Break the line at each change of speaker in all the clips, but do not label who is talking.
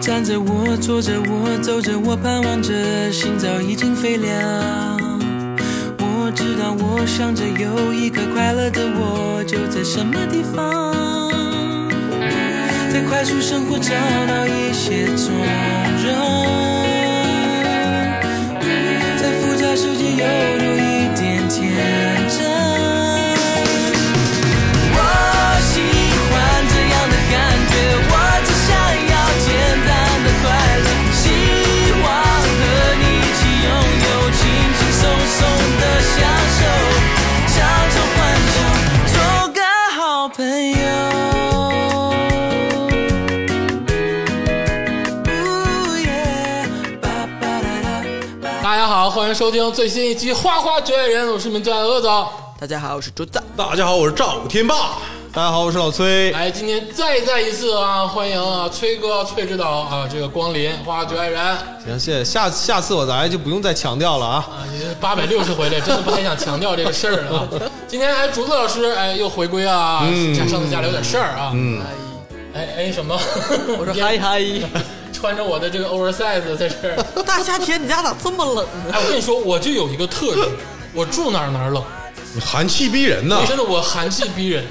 站着我，坐着我，走着我，盼望着，心早已经飞了。我知道，我想着有一个快乐的我，就在什么地方，在快速生活找到一些从容，在复杂世界又有一点天真。我喜欢这样的感觉，我只想要简单的快乐，希望和你一起拥有轻轻松松的享受，常常欢笑，做个好朋友。
大家好，欢迎收听最新一期《花花绝爱人》，我是你们最爱的鄂总。
大家好，我是朱子。
大家好，我是赵天霸。大家好，我是老崔。
哎，今天再再一次啊，欢迎啊崔哥、崔指导啊，这个光临《花花绝爱 人》
行，谢谢。下下次我咱就不用再强调了啊。
啊，八百六十回来，真的不太想强调这个事儿啊。今天哎，竹子老师哎又回归啊，家上次家里有点事儿啊，嗯，哎哎什么？
我说嗨嗨，
穿着我的这个 oversize 在这儿。
大夏天你家咋这么冷呢？
哎，我跟你说，我就有一个特质，我住哪儿哪儿冷。
你寒气逼人呐
我！真的我寒气逼人。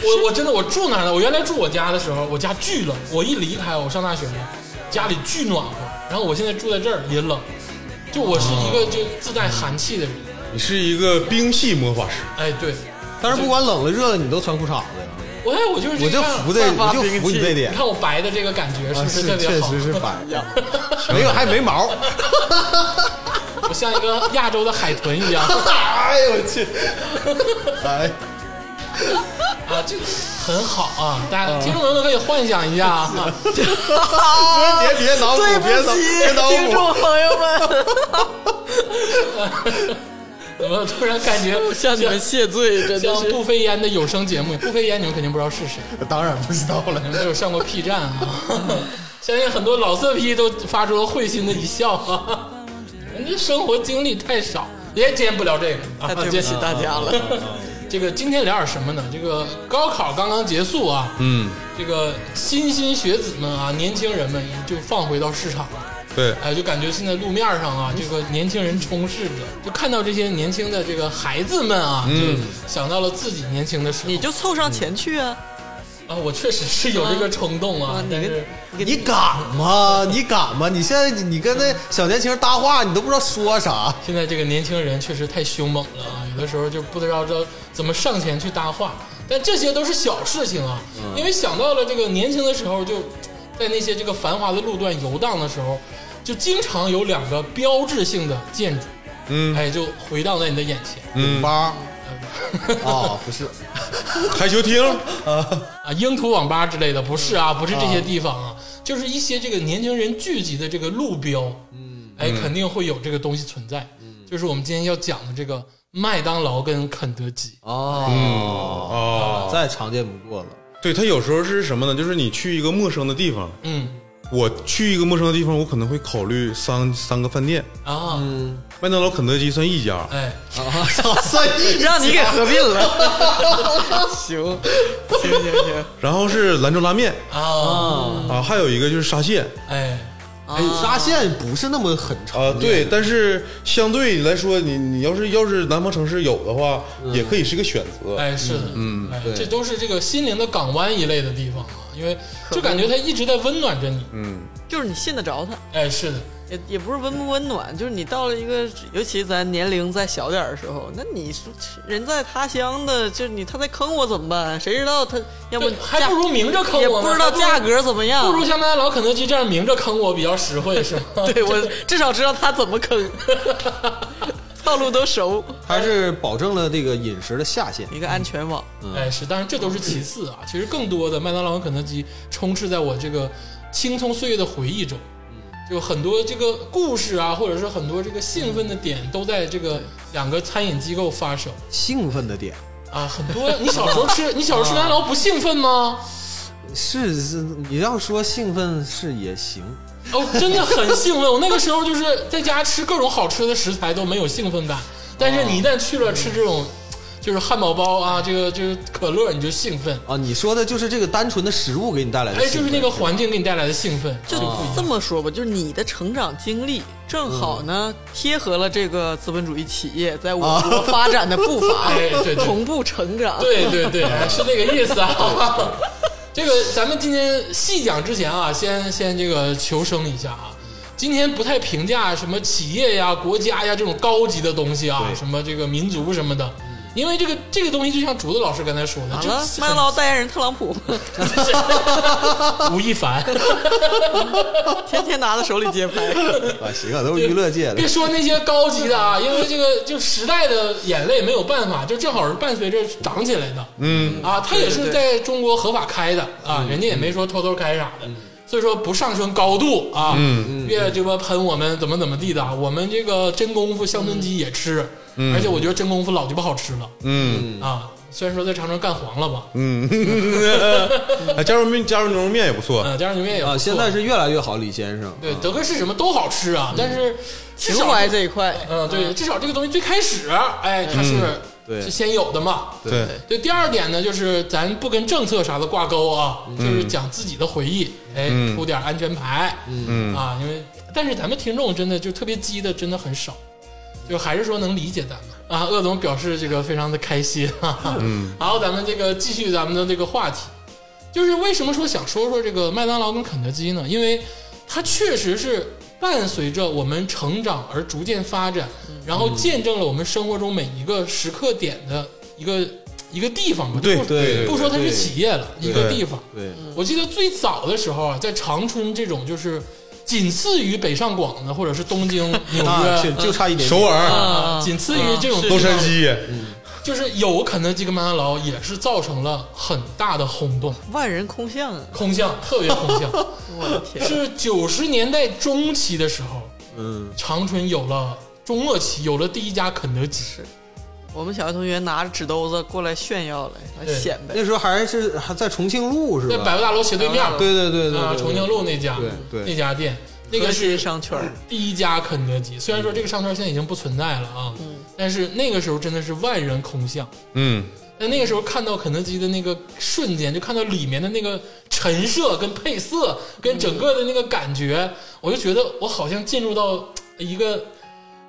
我我真的我住哪儿呢？我原来住我家的时候，我家巨冷。我一离开，我上大学了，家里巨暖和。然后我现在住在这儿也冷，就我是一个
哦
就自带寒气的人。
你是一个兵器魔法师，
哎，对，
但是不管冷了热了，你都穿裤衩子呀。
我哎我就是
我
这
就
个
服这，
散发
我就服你这
你
点。
看我白的这个感觉是
啊，
不特
是，
别
确
好？
实是白，没有还没 毛。
我像一个亚洲的海豚一样
哎呦我去！哎，
啊，这个很好啊！大家听众朋友们可以幻想一下啊，
别别挠我，
啊对不
别挠，别挠
起，听
我。
众朋友们，
怎么突然 感觉
向你们谢罪，真的
像
是
步飞烟的有声节目，步飞烟你们肯定不知道是谁，
当然不知道了。
你们都有上过 P 站啊，相信很多老色批都发出了会心的一笑啊。人家生活经历太少，也兼不了这个
太
啊。
对不
兼
起大家了。
这个今天聊点什么呢？这个高考刚刚结束啊，
嗯，
这个莘莘学子们啊，年轻人们就放回到市场了。
对，
哎，就感觉现在路面上啊，
嗯
这个年轻人充斥着，就看到这些年轻的这个孩子们啊，就想到了自己年轻的时候。
嗯你就凑上前去啊！
啊，我确实是有这个冲动啊
啊，你
但是
你
你敢吗？你敢吗？你现在你跟那小年轻人搭话，你都不知道说啥。
现在这个年轻人确实太凶猛了啊，有的时候就不知道这怎么上前去搭话，但这些都是小事情啊，
嗯
因为想到了这个年轻的时候，就在那些这个繁华的路段游荡的时候，就经常有两个标志性的建筑，
嗯
哎，就回荡在你的眼前
嗯，八啊，不是台球厅
啊，樱土网吧之类的，不是啊，不是这些地方啊，就是一些这个年轻人聚集的这个路标，嗯，哎，肯定会有这个东西存在，嗯，就是我们今天要讲的这个麦当劳跟肯德基，
哦，
哦，
再常见不过了。
对，它有时候是什么呢？就是你去一个陌生的地方，
嗯
我去一个陌生的地方，我可能会考虑三三个饭店，
啊，
麦当劳、肯德基算一家。
哎，
操，算一
让你给合并了，行行行行，
然后是兰州拉面
啊，
啊，还有一个就是沙县
哎，
沙县不是那么很常
啊，
见
对，但是相对来说，你你要是要是南方城市有的话，也可以是个选择。
嗯哎，是的，嗯，哎，这都是这个心灵的港湾一类的地方啊，因为就感觉它一直在温暖着你，
就是你信得着他，
哎，是的，
也也不是温不温暖，就是你到了一个，尤其咱年龄再小点儿的时候，那你说人在他乡的，就是你他在坑我怎么办？谁知道他要不
对还
价
不如明着坑我呢
也不知道
还不如
价格怎么样，
不如像麦当劳、肯德基这样明着坑我比较实惠，是吗？
对我至少知道他怎么坑，套路都熟，
它是保证了这个饮食的下限。
一个安全网。
哎，是，当然这都是其次啊。其实更多的麦当劳和肯德基充斥在我这个青葱岁月的回忆中，就很多这个故事啊，或者是很多这个兴奋的点都在这个两个餐饮机构发生
兴奋的点
啊。很多你小时候吃，你小时候吃麦当劳不兴奋吗？
是是，你要说兴奋是也行，
哦，真的很兴奋。我那个时候就是在家吃各种好吃的食材都没有兴奋感，但是你一旦去了吃这种。就是汉堡包啊，这个这个可乐，你就兴奋。
啊，你说的就是这个单纯的食物给你带来的
哎，
兴奋，啊
就是那个环境给你带来的兴奋，
就这么说吧，就是你的成长经历正好
嗯
呢贴合了这个资本主义企业在我国发展的步伐
啊 哎对对，
同步成长。
对对对，哎是这个意思啊。这个咱们今天细讲之前啊，先先这个求生一下啊。今天不太评价什么企业呀、国家呀这种高级的东西啊，
对
什么这个民族什么的，因为这个这个东西就像竹子老师刚才说的，
完
就
了，麦当劳代言人特朗 普
吴亦凡，
天天拿在手里街拍，
啊，行啊，都是娱乐界的
别，说那些高级的啊，因为这个就时代的眼泪没有办法，就正好是伴随着长起来的。嗯啊，它也是在中国合法开的啊，人家也没说偷偷开啥的，所以说不上升高度啊，嗯，别这么喷我们怎么怎么地的啊，我们这个真功夫乡村鸡也吃，而且我觉得真功夫老鸡巴好吃了
嗯
啊，虽然说在长春干黄了吧，
哎，加入面加入牛肉面也不错，
嗯，家常牛面也不
啊，
错
现在是越来越好，李先生，
对德克士什么都好吃啊，但是至
情
少
怀这一 块，
嗯，对，至少这个东西最开始，哎，它是、
对
是先有的嘛。
对，
对，第二点呢，就是咱不跟政策啥的挂钩啊，就是讲自己的回忆，哎，出点安全牌，嗯啊，因为但是咱们听众真的就特别鸡的，真的很少，就还是说能理解咱们啊。鄂总表示这个非常的开心，哈哈 嗯，然后咱们这个继续咱们的这个话题，就是为什么说想说说这个麦当劳跟肯德基呢？因为它确实是伴随着我们成长而逐渐发展，然后见证了我们生活中每一个时刻点的一个一个地方吧。
对
不
对对
不说它是
对
企业了，一个地方。
对，
我记得最早的时候啊，在长春这种就是仅次于北上广的，或者是东 京、纽
那嗯就
约。
就差一点点
首尔、
啊，
嗯
仅次于这种
洛杉矶，嗯
就是有肯德基跟麦当劳，也是造成了很大的轰动，
万人空巷啊！
空巷特别空巷。
我的天，
是九十年代中期的时候，
嗯，
长春有了中末期有了第一家肯德基，
我们小学同学拿着纸兜子过来炫耀来，来
对
显摆。
那时候还是还在重庆路是
在百
吧？
货大楼斜对面儿，
对对对对
啊，
对，
重庆路那家，
对对
那家店，那
核
个
心
是
商圈儿
第一家肯德基。虽然说这个商圈现在已经不存在了啊，但是那个时候真的是万人空巷。
嗯，
但那个时候看到肯德基的那个瞬间，就看到里面的那个陈设、跟配色、跟整个的那个感觉，我就觉得我好像进入到一个，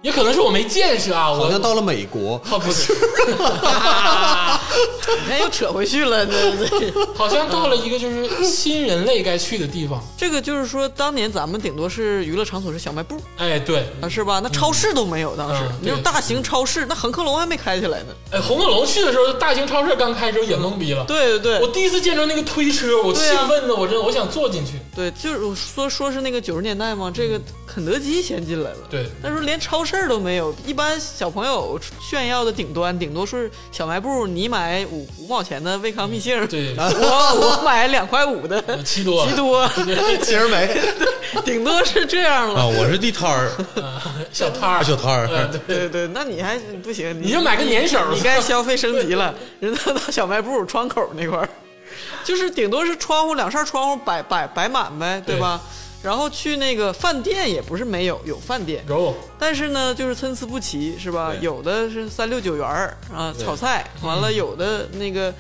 也可能是我没见识啊，
好
我
像到了美国，
啊，不是，
你看又扯回去了，这这
好像到了一个就是新人类该去的地方。
这个就是说，当年咱们顶多是娱乐场所是小卖部
哎，对，
啊，是吧？那超市都没有，当时
嗯
那种大型超市，那恒客隆还没开起来呢。
哎，红恐龙去的时候，大型超市刚开的时候也懵逼了。
对对
我
对，
第一次见着那个推车，我兴
对啊
奋的，我真的我想坐进去。
对，就是我说说是那个九十年代嘛，这个肯德基先进来了。
对
那时候连超市都没有，一般小朋友炫耀的顶端顶多是小卖部，你买五五毛钱的胃康蜜杏，
对，
我我买两块 五的
七多啊
奇啊多，啊
其实没
顶多是这样了。
啊，我是地摊儿，
小摊儿，
啊小摊
哎
儿，
对
对对，那你还不行，
你就买个粘手
你该消费升级了。 人家到小卖部窗口那块儿，就是顶多是窗户两扇窗户摆摆摆满呗，对吧？然后去那个饭店也不是没有，有饭店，
有
但是呢，就是参差不齐，是吧？有的是三六九元儿啊，炒菜，完了有的那个，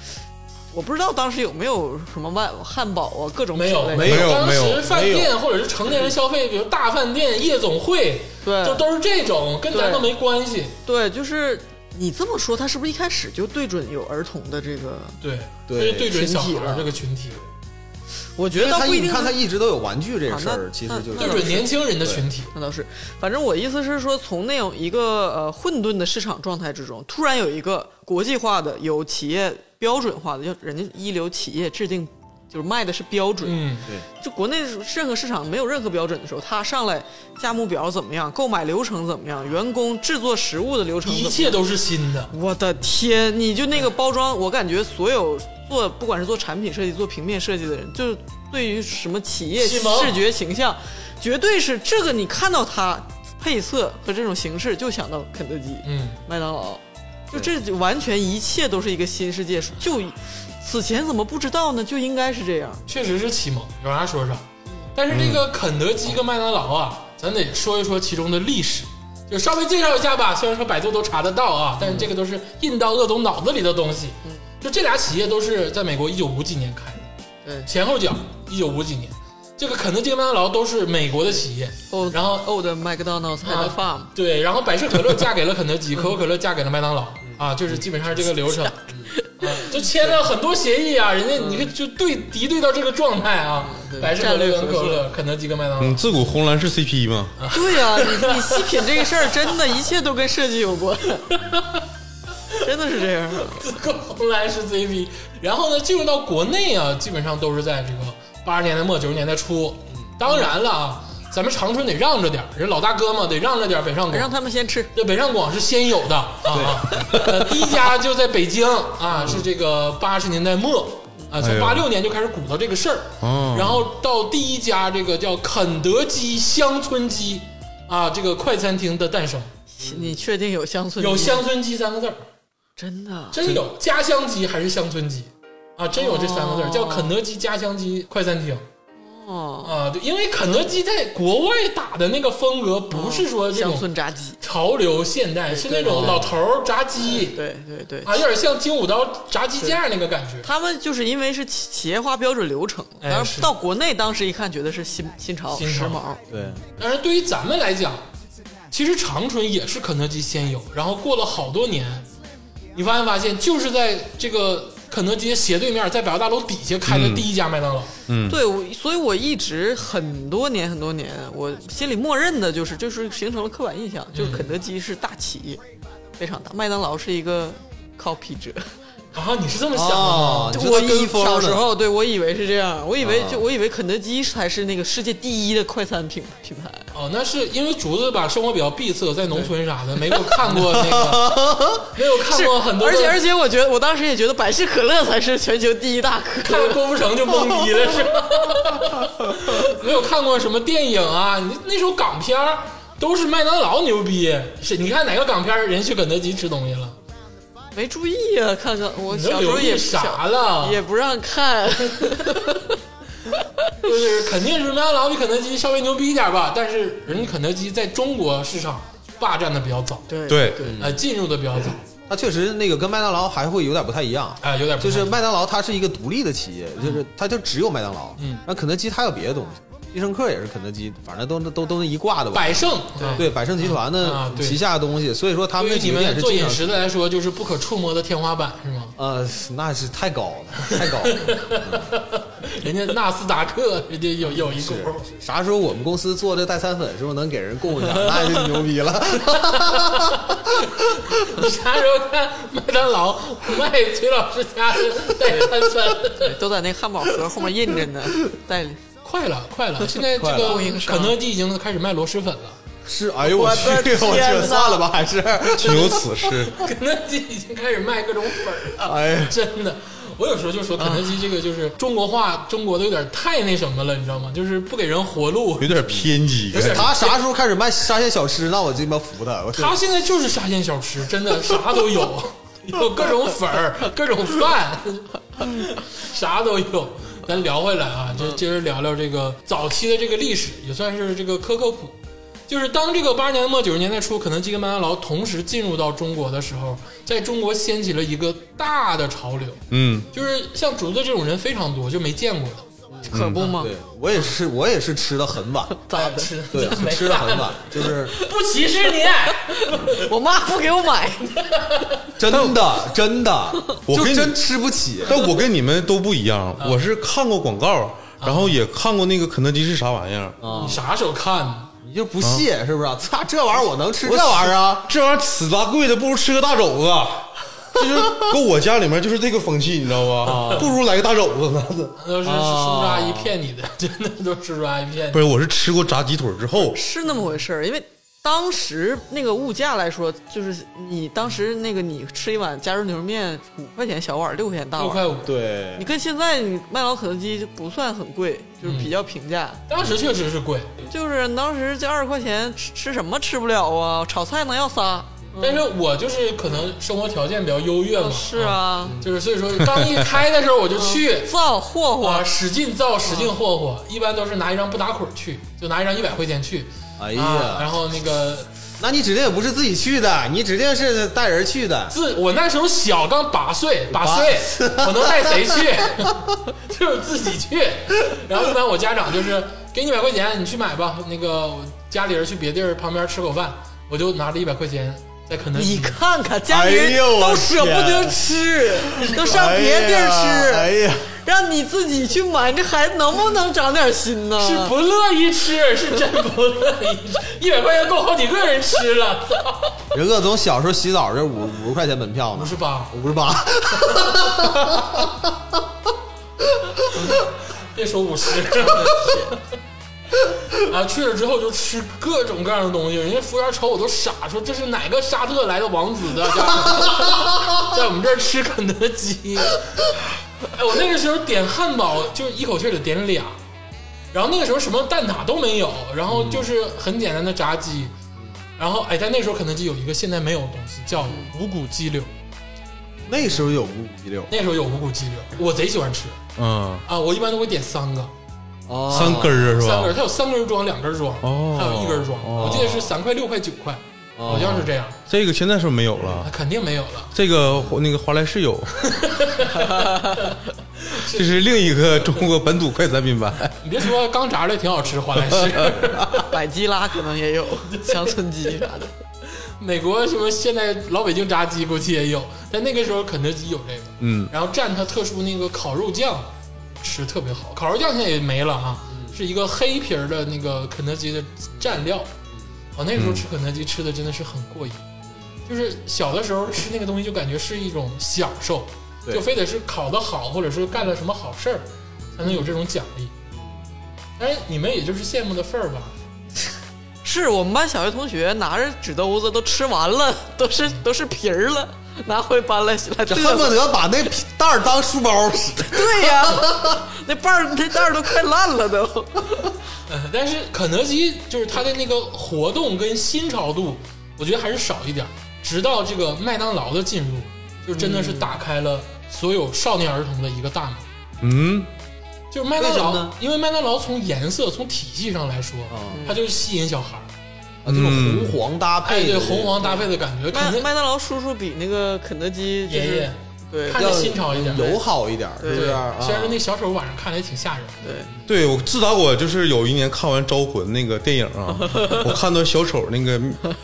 我不知道当时有没有什么万汉堡啊，各种
没有
品类
没有
当
没有
时饭店或者是成年人消费，比如大饭店、夜总会，
对
就都是这种，跟咱
对
都没关系。
对，就是你这么说，他是不是一开始就对准有儿童的这个？
对，
对
这是对准小孩
群体啊
儿
了
这个群体，
我觉
因为
得倒
他
不一
一
定
你
是。
看他一直都有玩具这事
啊
儿，
那
其实就
那
对
是
准年轻人的群体。
那倒是，反正我意思是说，从那种一个呃混沌的市场状态之中，突然有一个国际化的、有企业标准化的，就人家一流企业制定，就是卖的是标准。
嗯，
就国内任何市场没有任何标准的时候，他上来价目表怎么样，购买流程怎么样，员工制作食物的流程怎么
一
样，
切都是新的。
我的天！你就那个包装，我感觉所有做不管是做产品设计、做平面设计的人，就是对于什么企业
启蒙
视觉形象，绝对是这个。你看到它配色和这种形式，就想到肯德基、
嗯，
麦当劳，就这就完全一切都是一个新世界。就此前怎么不知道呢？就应该是这样。
确实是启蒙，有啥说啥。但是这个肯德基跟麦当劳啊，咱得说一说其中的历史。就稍微介绍一下吧。虽然说百度都查得到啊，但是这个都是印到恶总脑子里的东西。就这俩企业都是在美国一九五几年开的，
对
前后脚一九五几年。这个肯德基、麦当劳都是美国的企业，
，old
然后
old McDonald's had a
啊
farm，
对，然后百事可乐嫁给了肯德基，可口可乐嫁给了麦当劳，啊，就是基本上是这个流程，啊，就签了很多协议啊，人家你看就对敌对到这个状态啊，百事可乐跟可口可乐，肯德基跟麦当劳
嗯，，自古红蓝是 CP 嘛，
啊
对呀、你你细品这个事儿，真的一切都跟设计有关，真的是这样。
自古红蓝是 CP，然后呢，进入到国内啊，基本上都是在这个八十年代末九十年代初，当然了啊，咱们长春得让着点儿，人老大哥嘛，得让着点儿北上广，
让他们先吃，
这北上广是先有的啊， 呃，第一家就在北京啊，是这个八十年代末啊，
哎
从
呦
八六年就开始鼓捣这个事儿，
哦
然后到第一家这个叫肯德基乡村鸡啊，这个快餐厅的诞生，
你确定有乡村？
有乡，村鸡三个字儿，
真的。
真有家乡鸡还是乡村鸡啊，真有这三个字儿，
哦
叫肯德基家乡鸡快餐厅
哦，
啊，对，因为肯德基在国外打的那个风格不是说这
乡
种
村炸鸡，
潮流现代，是那种老头儿炸鸡。
对对对，
啊，有点像金武刀炸鸡架那个感觉。
他们就是因为是企企业化标准流程，
哎
当
是
时到国内当时一看觉得是新新潮
新
时
潮
髦，
对，
但是对于咱们来讲，其实长春也是肯德基先有，然后过了好多年，你发现发现就是在这个肯德基斜对面，在百货大楼底下开
嗯
的第一家麦当劳。
对，我所以我一直很多年很多年，我心里默认的就是，就是形成了刻板印象，
嗯
就是肯德基是大企业，非常大，麦当劳是一个 copy 者。
啊，你是这么想的
哦
吗？，
你说
我
他跟
以
风
小时
呢
候对我以为是这样，我以
啊
为就我以为肯德基才是那个世界第一的快餐品品牌，
哦，那是因为竹子吧，生活比较闭塞，在农村啥的，没有看过那个， 没有看
是
过很，多
而
的。
且而且我觉得我当时也觉得百事可乐才是全球第一大可
看郭富城就懵逼了，是吧？没有看过什么电影啊？你那时候港片儿都是麦当劳牛逼，是？你看哪个港片儿人去肯德基吃东西了？
没注意啊，看看我
你都
小时候
留意
也
啥
小
了？
也不让 看，
就是肯定是麦当劳比肯德基稍微牛逼一点吧，但是人家肯德基在中国市场霸占的比较早，
对
对
呃，进入的比较早，
它确实那个跟麦当劳还会有点不太一样。
哎、有点不
就是
太
麦当劳它是一个独立的企业，就是它就只有麦当劳。
嗯，
那肯德基它有别的东西，必胜客也是肯德基，反正都都都那一挂的吧。
百盛，对。
对百胜集团
啊
的
对
旗下的东西，所以说他们
对
那
于你
几个店
们
是
做
经
饮
常
食的来说，就是不可触摸的天花板，是吗？
呃，那是太高了，太高了。
人家纳斯达克，人家有有一股
是啥时候我们公司做这代餐粉，是不是能给人供一下？那就牛逼了。
你啥时候看麦当劳卖崔老师家的代餐饭？
都在那汉堡盒后面印着 呢，代理。
快了，快了！现在这
快了
个肯德基已经开始卖螺蛳粉了，
是，哎呦我
我
去，
的
我
天
去，
哪
算了吧，还是，
情有此事。
肯德基已经开始卖各种粉儿了。
哎呀，
真的，我有时候就说肯德基这个就是中国化，中国的有点太那什么了，你知道吗？就是不给人活路
有。点偏激，
有点
他啥时候开始卖沙县小吃？那我鸡巴服他，我去
他现在就是沙县小吃，真的啥都 有，有各种粉儿，各种饭， 啥都有。咱聊回来啊，
嗯
就接着聊聊这个早期的这个历史，也算是这个科科普。就是当这个八十年代末九十年代初，肯德基跟麦当劳同时进入到中国的时候，在中国掀起了一个大的潮流，
嗯，
就是像竹子这种人非常多，就没见过的，
可不
嗯
嘛，
对我也是，我也是吃的很晚，
咋吃？
对，
没
吃的很
办
晚，就是
不歧视你。
我妈不给我买，
真的真的，
我
就
跟你
真吃不起。嗯
但我跟你们都不一样，我是看过广告，然后也看过那个肯德基是啥玩意儿，
嗯
你啥时候看的？
你就不屑是不是？ 操，这玩意儿我能吃这玩意 儿啊？
这玩意儿死大贵的，不如吃个大肘 子。这就是搁我家里面就是这个风气，你知道吧？
啊
不如来个大肘子 呢。
那
哦
都是叔叔阿姨骗你的，真的都是叔叔阿姨骗你
不。是，我是吃过炸鸡腿之后，
是那么回事儿。因为当时那个物价来说，就是你当时那个你吃一碗加州牛肉面五块钱小碗，六块钱大
六
碗，
块五，
对
你，跟现在你麦当劳、肯德基就不算很贵，就是
嗯
比较平价。
当时确实是贵，
就是当时这二十块钱吃吃什么吃不了啊？炒菜能要仨？
但是我就是可能生活条件比较优越
嗯
嘛，
是，啊，，
就是所以说刚一开的时候我就去
嗯 造霍
我
嗯
霍，
使劲造，使劲霍
嗯
霍，一般都是拿一张不打捆儿去，就拿一张一百块钱去，
哎
啊，
呀，
然后那个
那你指定也不是自己去的，你指定是带人去的。
自我那时候小，刚八岁，八岁，我能带谁去？就是自己去。然后一般我家长就是给你一百块钱，你去买吧。那个我家里人去别地儿旁边吃口饭，我就拿着一百块钱在肯德基。
你看看，家里
哎
人
呦我
都舍不得吃，都上别地
哎
儿吃，
呀，
让你自己去买，这孩子能不能长点心呢？
是不乐意吃，是真不乐意吃。一百块钱够好几个人吃了，操！
人各总小时候洗澡是五五十块钱门票
五
呢，
十八，
五十八，
别说五十， 啊，去了之后就吃各种各样的东西，人家服务员瞅我都傻，说这是哪个沙特来的王子的， 在我们这儿吃肯德基。哎，我那个时候点汉堡就是一口气儿得点俩，然后那个时候什么蛋挞都没有，然后就是很简单的炸鸡，然后哎，但那时候肯德基有一个现在没有的东西叫五谷鸡柳，
那时候有五谷一六
那时候有五谷鸡柳，我贼喜欢吃
嗯，
啊，我一般都会点三个。
啊
三根儿啊是
三
吧
根儿，？它有三根儿装，两根儿装，
哦
还有一根儿装。
哦
我记得是三块、六块、九块，好像是这样。
这个现在是不是没有了
嗯
那。肯定没有了。
这个那个华莱士 有，这是另一个中国本土快餐品牌。
你别说刚炸的挺好吃，华莱 士，
百基拉可 能也有，乡村鸡啥的。
美国什么现在老北京炸鸡估计也有，但那个时候肯德基有这个，
嗯，
然后蘸它特殊那个烤肉酱吃特别好。烤肉酱现在也没了啊，是一个黑皮儿的那个肯德基的蘸料。我、那个时候吃肯德基吃的真的是很过瘾，就是小的时候吃那个东西就感觉是一种享受，
对
就非得是烤得好，或者是干了什么好事儿，才能有这种奖励。但是你们也就是羡慕的份儿吧，
是我们班小学同学拿着纸兜子都吃完了，都是都是皮儿了，拿回班来来
这
嘚
恨不
瑟。
得把那皮袋儿当书包使。
对呀、那瓣儿那袋儿都快烂了都。
呃， 但是肯德基就是它的那个活动跟新潮度，我觉得还是少一点儿。直到这个麦当劳的进入，就真的是打开了所有少年儿童的一个大门。
嗯，
就是麦当
为什
劳
么呢，
因为麦当劳从颜色、从体系上来说，它就是吸引小孩儿。
啊，这种红黄搭
哎，
配的，
对，红黄搭配的感觉，
麦
肯定
麦当劳叔叔比那个肯德基、就是、
爷爷
对
看
要
着新潮一点。
友好一点儿，是
对
不
对，
是？
虽然说
啊
那小丑晚上看着也挺吓人的，
对，
对，
我自打我就是有一年看完《招魂》那个电影啊，我看到小丑那个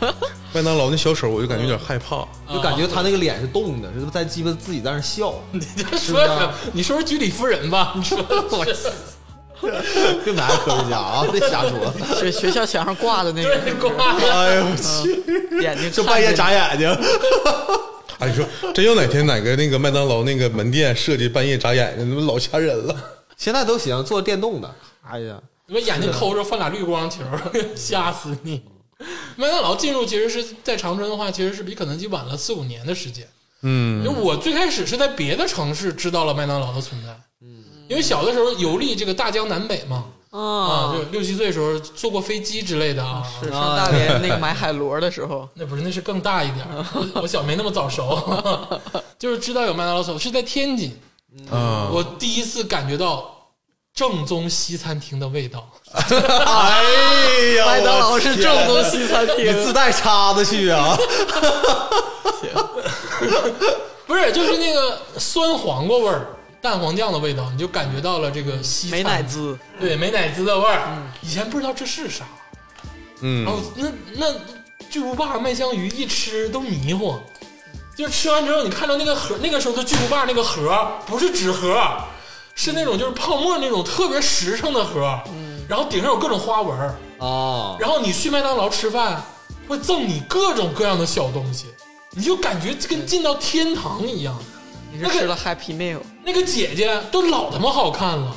麦当劳那小丑，我就感觉有点害怕。
就感觉他那个脸是动的，是在鸡巴自己在那笑，
你这说什么？ 你说是居里夫人吧？你说
别埋汰科学家啊，别瞎说。
学学校墙上挂的那个
对，挂了。
哎呦我去！
眼睛，
就半夜。眨眼睛，
哎，你说真有哪天哪个那个麦当劳那个门店设计半夜眨眼睛，那不老吓人了。
现在都行，做电动的。哎呀，
你把眼睛抠着放俩绿光球，吓死你！麦当劳进入其实是在长春的话，其实是比肯德基晚了四五年的时间。嗯，因为我最开始是在别的城市知道了麦当劳的存在。嗯，因为小的时候游历这个大江南北嘛，啊，
啊，
就六七岁的时候坐过飞机之类的啊。
是上大连 那个买海螺的时
哦
候，
那不是，那是更大一点儿。 我我小没那么早熟， 就是知道有麦当劳的时候是在天津，
啊，
我第一次感觉到正宗西餐厅的味道。
啊
哎呀，
麦当劳是正
我
宗
天，啊
西餐
你
厅
自。带叉子去啊？
不是，就是那个酸黄瓜味儿、蛋黄酱的味道，你就感觉到了这个西餐
美乃滋，
对美乃滋的味儿。以前不知道这是啥，然
嗯
后那那巨无霸麦香鱼一吃都迷糊，就吃完之后你看到那个盒，那个时候的巨无霸那个盒不是纸盒，是那种就是泡沫那种特别实诚的盒，然后顶上有各种花纹儿。
啊，
然后你去麦当劳吃饭，会赠你各种各样的小东西，你就感觉跟进到天堂一样。
你是吃了 Happy Meal？
那个姐姐都老他妈好看了。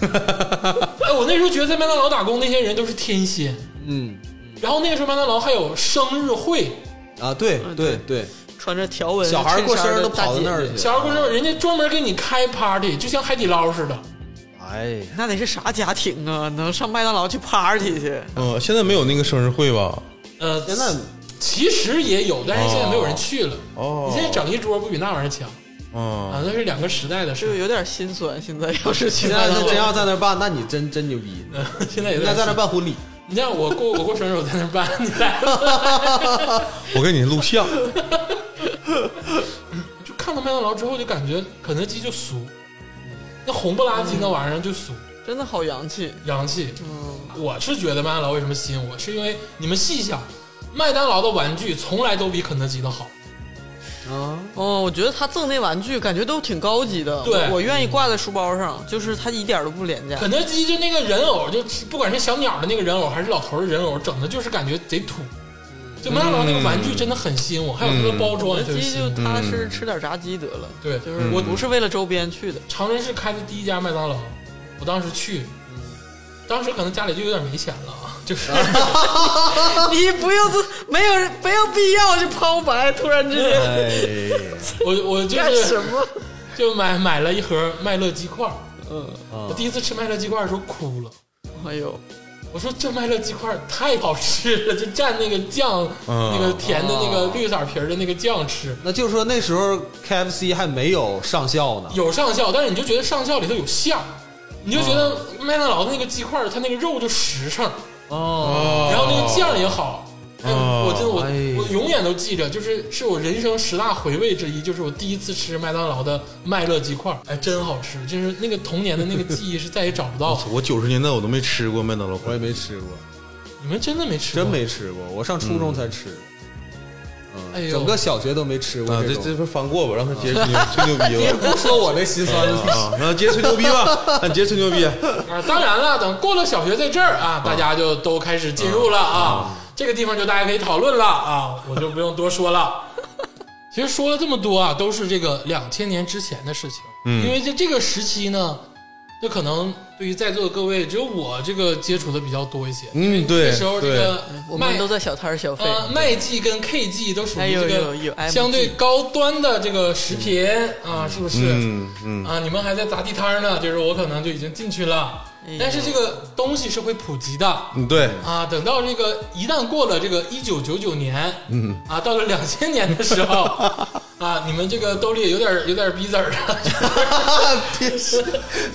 哎，我那时候觉得在麦当劳打工那些人都是天仙。
嗯
然后那个时候麦当劳还有生日会，
啊，对对对，
穿着条纹
小孩儿过生日都
衬衫的大
跑到那儿
姐姐
去，
小孩过生日人家专门给你开 party，就像海底捞似的。
哎，
那得是啥家庭啊？能上麦当劳去 party 去？
嗯，现在没有那个生日会吧？
呃，
现在
其实也有，但是现在没有人去了。
哦
你现在整一桌不比那玩意儿强啊
啊，？
那是两个时代的
这个
事。
有点心酸。现在要是去
现
麦
在
当
他
劳
真要在那儿办，那你真真牛逼，
现在也
应该在那
那
儿办婚礼。
你像我过我过生日我在那儿办，你来了
我给你录像，
就看到麦当劳之后就感觉肯德基就俗，那红不拉几那玩意儿就俗，
真的好洋气。
洋气。我是觉得麦当劳为什么吸引我，是因为你们细想，麦当劳的玩具从来都比肯德基的好。
哦，我觉得他赠那玩具感觉都挺高级的，
对嗯
我我愿意挂在书包上，就是他一点都不廉价。
肯德基就那个人偶，就不管是小鸟的那个人偶，还是老头儿的人偶，整的就是感觉贼土。就麦当劳那个玩具真的很吸引我，还有它的包装也特
肯德
别
基
吸
就
引我。
踏踏实实吃点炸鸡得了，
嗯对，嗯
就是我
我
不是为了周边去的。
长春市开的第一家麦当劳，我当时去，当时可能家里就有点没钱了啊，就是。
你不用自没有人没有必要去抛白，突然之间
哎，
我我嗯就
干什
是
么？
就买买了一盒麦乐鸡块儿，
啊
我第一次吃麦乐鸡块儿的时候哭了，
哎呦，
我说这麦乐鸡块儿太好吃了，就蘸那个酱，
嗯
那个甜的那个绿色皮儿的那个酱吃，
那就是说那时候 KFC 还没有上校呢，
有上校，但是你就觉得上校里头有馅儿，你就觉得
嗯
麦当劳的那个鸡块儿，它那个肉就实诚，
哦
然啊
然后那个酱也好。哎，
哦
我真的我
哎
我永远都记着，就是是我人生十大回味之一，就是我第一次吃麦当劳的麦乐鸡块儿，哎，真好吃，就是那个童年的那个记忆是再也找不到了。
我九十年代我都没吃过麦当劳，
我也没吃过，
你们真的没吃过？
真。没吃过，我上初中才吃，
哎呦，
整个小学都没吃过
啊，这
这种。
这不是翻过吧，让他接着 吹牛吹牛逼
别
吧。
不说我这心酸了，
啊，那接着吹牛逼吧，那接着吹牛逼。
啊，当然了，等过了小学在这儿啊，大家就都开始进入了啊，这个地方就大家可以讨论了啊，我就不用多说 了。其实说了这么多啊，都是这个两千年之前的事情，
嗯
因为在这个时期呢，就可能对于在座的各位，只有我这个接触的比较多一些。
嗯，对
那时候这
对，
个
我
麦
们都在小摊儿消费，
呃麦记跟 KG 都属
哎
于
呦
这
有有
个
MG
相对高端的这个食品啊，是不是？
嗯嗯，
啊，你们还在砸地摊儿呢，就是我可能就已经进去了
哎呀。
但是这个东西是会普及的
嗯对，
啊！等到这个一旦过了这个一九九九年，嗯啊，到了两千年的时 候啊，你们这个兜里有点有点逼子儿啊了，
别说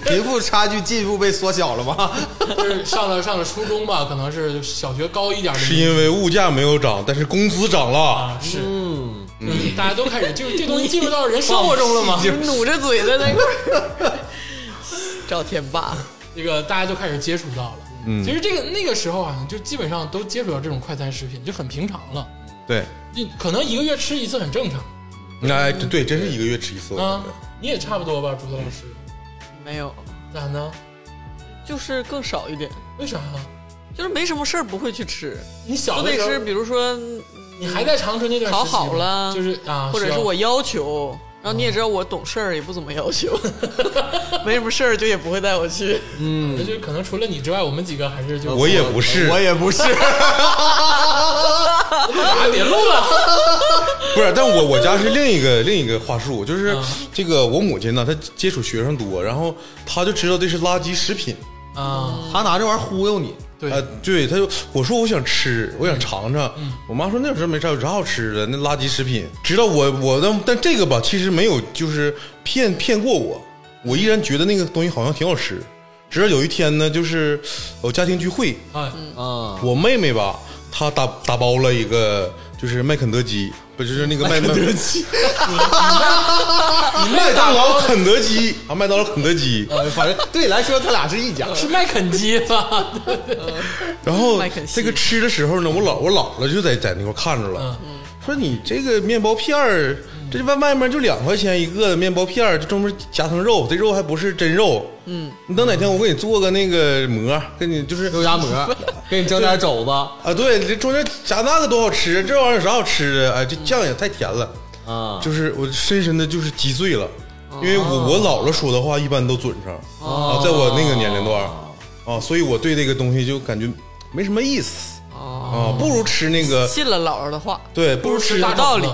贫富差距进一步被缩小了吧？
就是上了上了初中吧，可能是小学高一点的
是因为物价没有涨，但是工资涨了。
啊，是嗯，大家都开始就是这东西进入到人生活中了嘛，
嗯
就是努着嘴在那块儿 赵天霸，
这个大家都开始接触到了。嗯，其实这个那个时候啊，就基本上都接触到这种快餐食品，就很平常了。
对，
你可能一个月吃一次很正常
哎对对，真是一个月吃一次，我
啊
觉得，
你也差不多吧，竹子老师，
没有，
咋呢？
就是更少一点，
为啥呀？
就是没什么事儿不会去吃，
你小
都
的
得
时候
是，比如说
你还在长春那段时期吗
考好了
就是啊，
或者
要
是我要求，然后你也知道我懂事儿，也不怎么要求， 没什么事儿就也不会带我去。
那就是可能除了你之外，我们几个还是就
我也不是，
我也不是，
啊，别录了，
不是，但我我家是另一个另一个话术，就是
嗯
这个我母亲呢，她接触学生多，然后她就知道这是垃圾食品，
嗯
啊，
他拿这玩意儿忽悠你，
对
啊，对，嗯她就我说我想吃，我想尝尝，我妈说那有什么没啥，有啥好吃的？那垃圾食品，直到我我但但这个吧，其实没有就是骗骗过我，我依然觉得那个东西好像挺好吃，直到有一天呢，就是我家庭聚会，
哎，
嗯
啊，
我妹妹吧，她打打包了一个就是麦肯德基，不就是那个麦肯德基，麦当劳、肯德基啊，麦当劳、肯德基。
呃，反正对你来说，他俩是 一家。
是麦肯基吧？
然后
麦肯锡嗯
这个吃的时候呢，我姥我姥姥就在在那块看着了，嗯说你这个面包片儿，这外外面就两块钱一个的面包片儿，就专门夹层肉，这肉还不是真肉。嗯，你等哪天我给你做个那个馍，给你就是
肉夹馍，给你整点肘子
啊，对，这中间夹那个多好吃，这玩意儿有啥好吃的？哎，这酱也太甜了。
啊，
就是我深深的就是击碎了，
哦
因为我我姥姥说的话一般都准上啊，在我那个年龄段儿啊，所以我对这个东西就感觉没什么意思
哦
啊，不如吃那
呃
个
信了姥姥的话，
对，不如吃
大
道理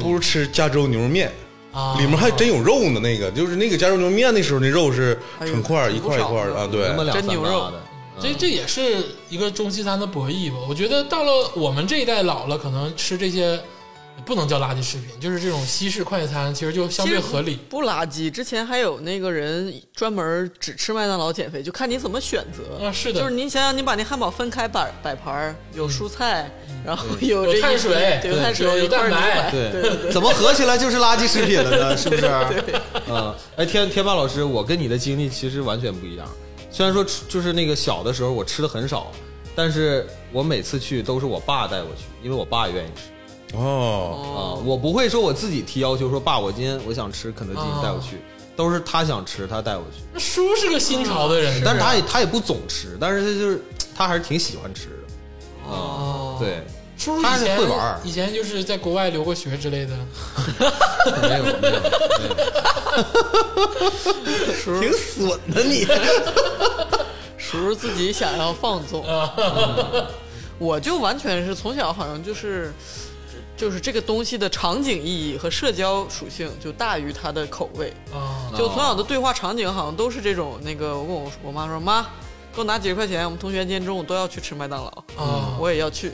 不如吃加州牛肉面。
哦
啊
里面还真有肉呢，那个就是那个加州牛肉面，那时候那肉是
哎呦
成块儿
挺
一
不
块儿一
少
块儿的
的
啊，
那
对，
么两
真
三
牛
大
肉
的
这这也是一个中西餐的博弈吧。我觉得到了我们这一代老了，可能吃这些也不能叫垃圾食品，就是这种西式快餐，其实就相对合理。
不垃圾。之前还有那个人专门只吃麦当劳减肥，就看你怎么选择。
啊是的嗯
就是你想想，你把那汉堡分开摆摆盘儿，有蔬菜，然后有
有
这一
碳水
对有
对
碳水，
有有
一块儿
蛋白
牛奶
对
对
对，怎么合起来就是垃圾食品 了呢？是不是？ 嗯，哎，天天霸老师，我跟你的经历其实完全不一样。虽然说吃就是那个小的时候我吃的很少，但是我每次去都是我爸带我去，因为我爸愿意吃
哦，
啊、我不会说我自己提要求说爸，我今天我想吃肯德基，你带我去，都是他想吃他带我去，
那叔是个新潮的人，
但
是不
是他
是
也他也不总吃，但是他就是他还是挺喜欢吃的啊、对，
叔
他
以
是
前
会玩儿
以前就是在国外留过学之类的。
没有没有， 挺损的 你。
叔叔自己想要放纵。嗯我就完全是从小好像就是，就是这个东西的场景意义和社交属性就大于它的口味。
啊，
就从小的对话场景好像都是这种，那个我跟我我妈说妈，给我拿几十块钱，我们同学今天中午都要去吃麦当劳，
哦
嗯我也要去。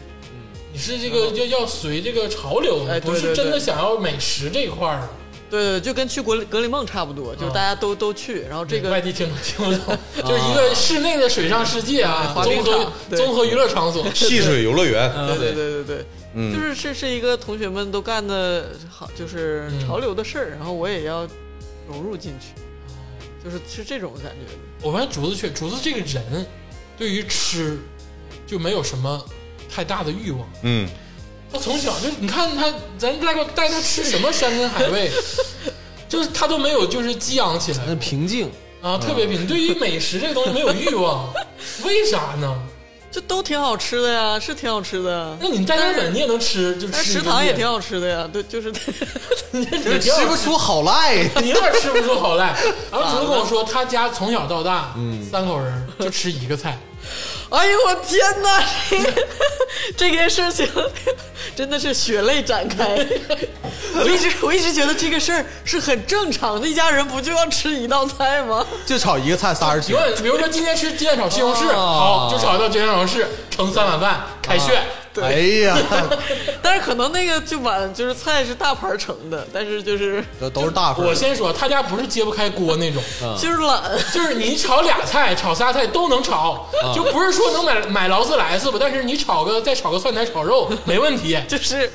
你是这个要要随这个潮流
哎，对
不是
对对
真的想要美食这一块儿。
对对，对就跟去格格里梦差不多，就是大家都都去，然后这个啊
外地听听不懂，就是一个室内的水上世界啊，
哎滑
综
冰场
合
对
综合娱乐场所。
戏水游乐园，
对对对对对，
嗯
就是这是一个同学们都干的好，就是
嗯
潮流的事儿，然后我也要融入进去，就是是这种感觉。
我发现竹子确竹子这个人，对于吃就没有什么太大的欲望。
嗯，
他从小就你看他，咱带过带他吃什么山珍海味， 就是他都没有就是激昂起来
那平静，
啊，特别品。对于美食这个东西没有欲望，为啥呢？
这都挺好吃的呀，是挺好吃的。
那你带他粉你也能吃，就
但
吃
是食堂也挺，好吃的呀，对，就是
你
吃不出好赖。
你有点吃不出好赖。 然后竹子跟我说，他家从小到大，三口人就吃一个菜，
哎呦我天哪！这个这件事情真的是血泪展 开。我一直我一直觉得这个事儿是很正常的，一家人不就要吃一道菜吗？
就炒一个菜仨人吃
永，远，比如说今天吃鸡蛋炒西红柿，
哦
好，就炒一道鸡蛋炒西红柿，盛三碗饭，凯旋。
哎呀，
但是可能那个就碗就是菜是大盘盛的，但是就是
都都是大
啊
份儿。
我先说，他家不是揭不开锅那种，
就是懒，
就是你炒俩菜、炒仨菜都能炒，
嗯
就不是说能买买劳斯莱斯吧，但是你炒个再炒个蒜苔炒肉没问题，
就是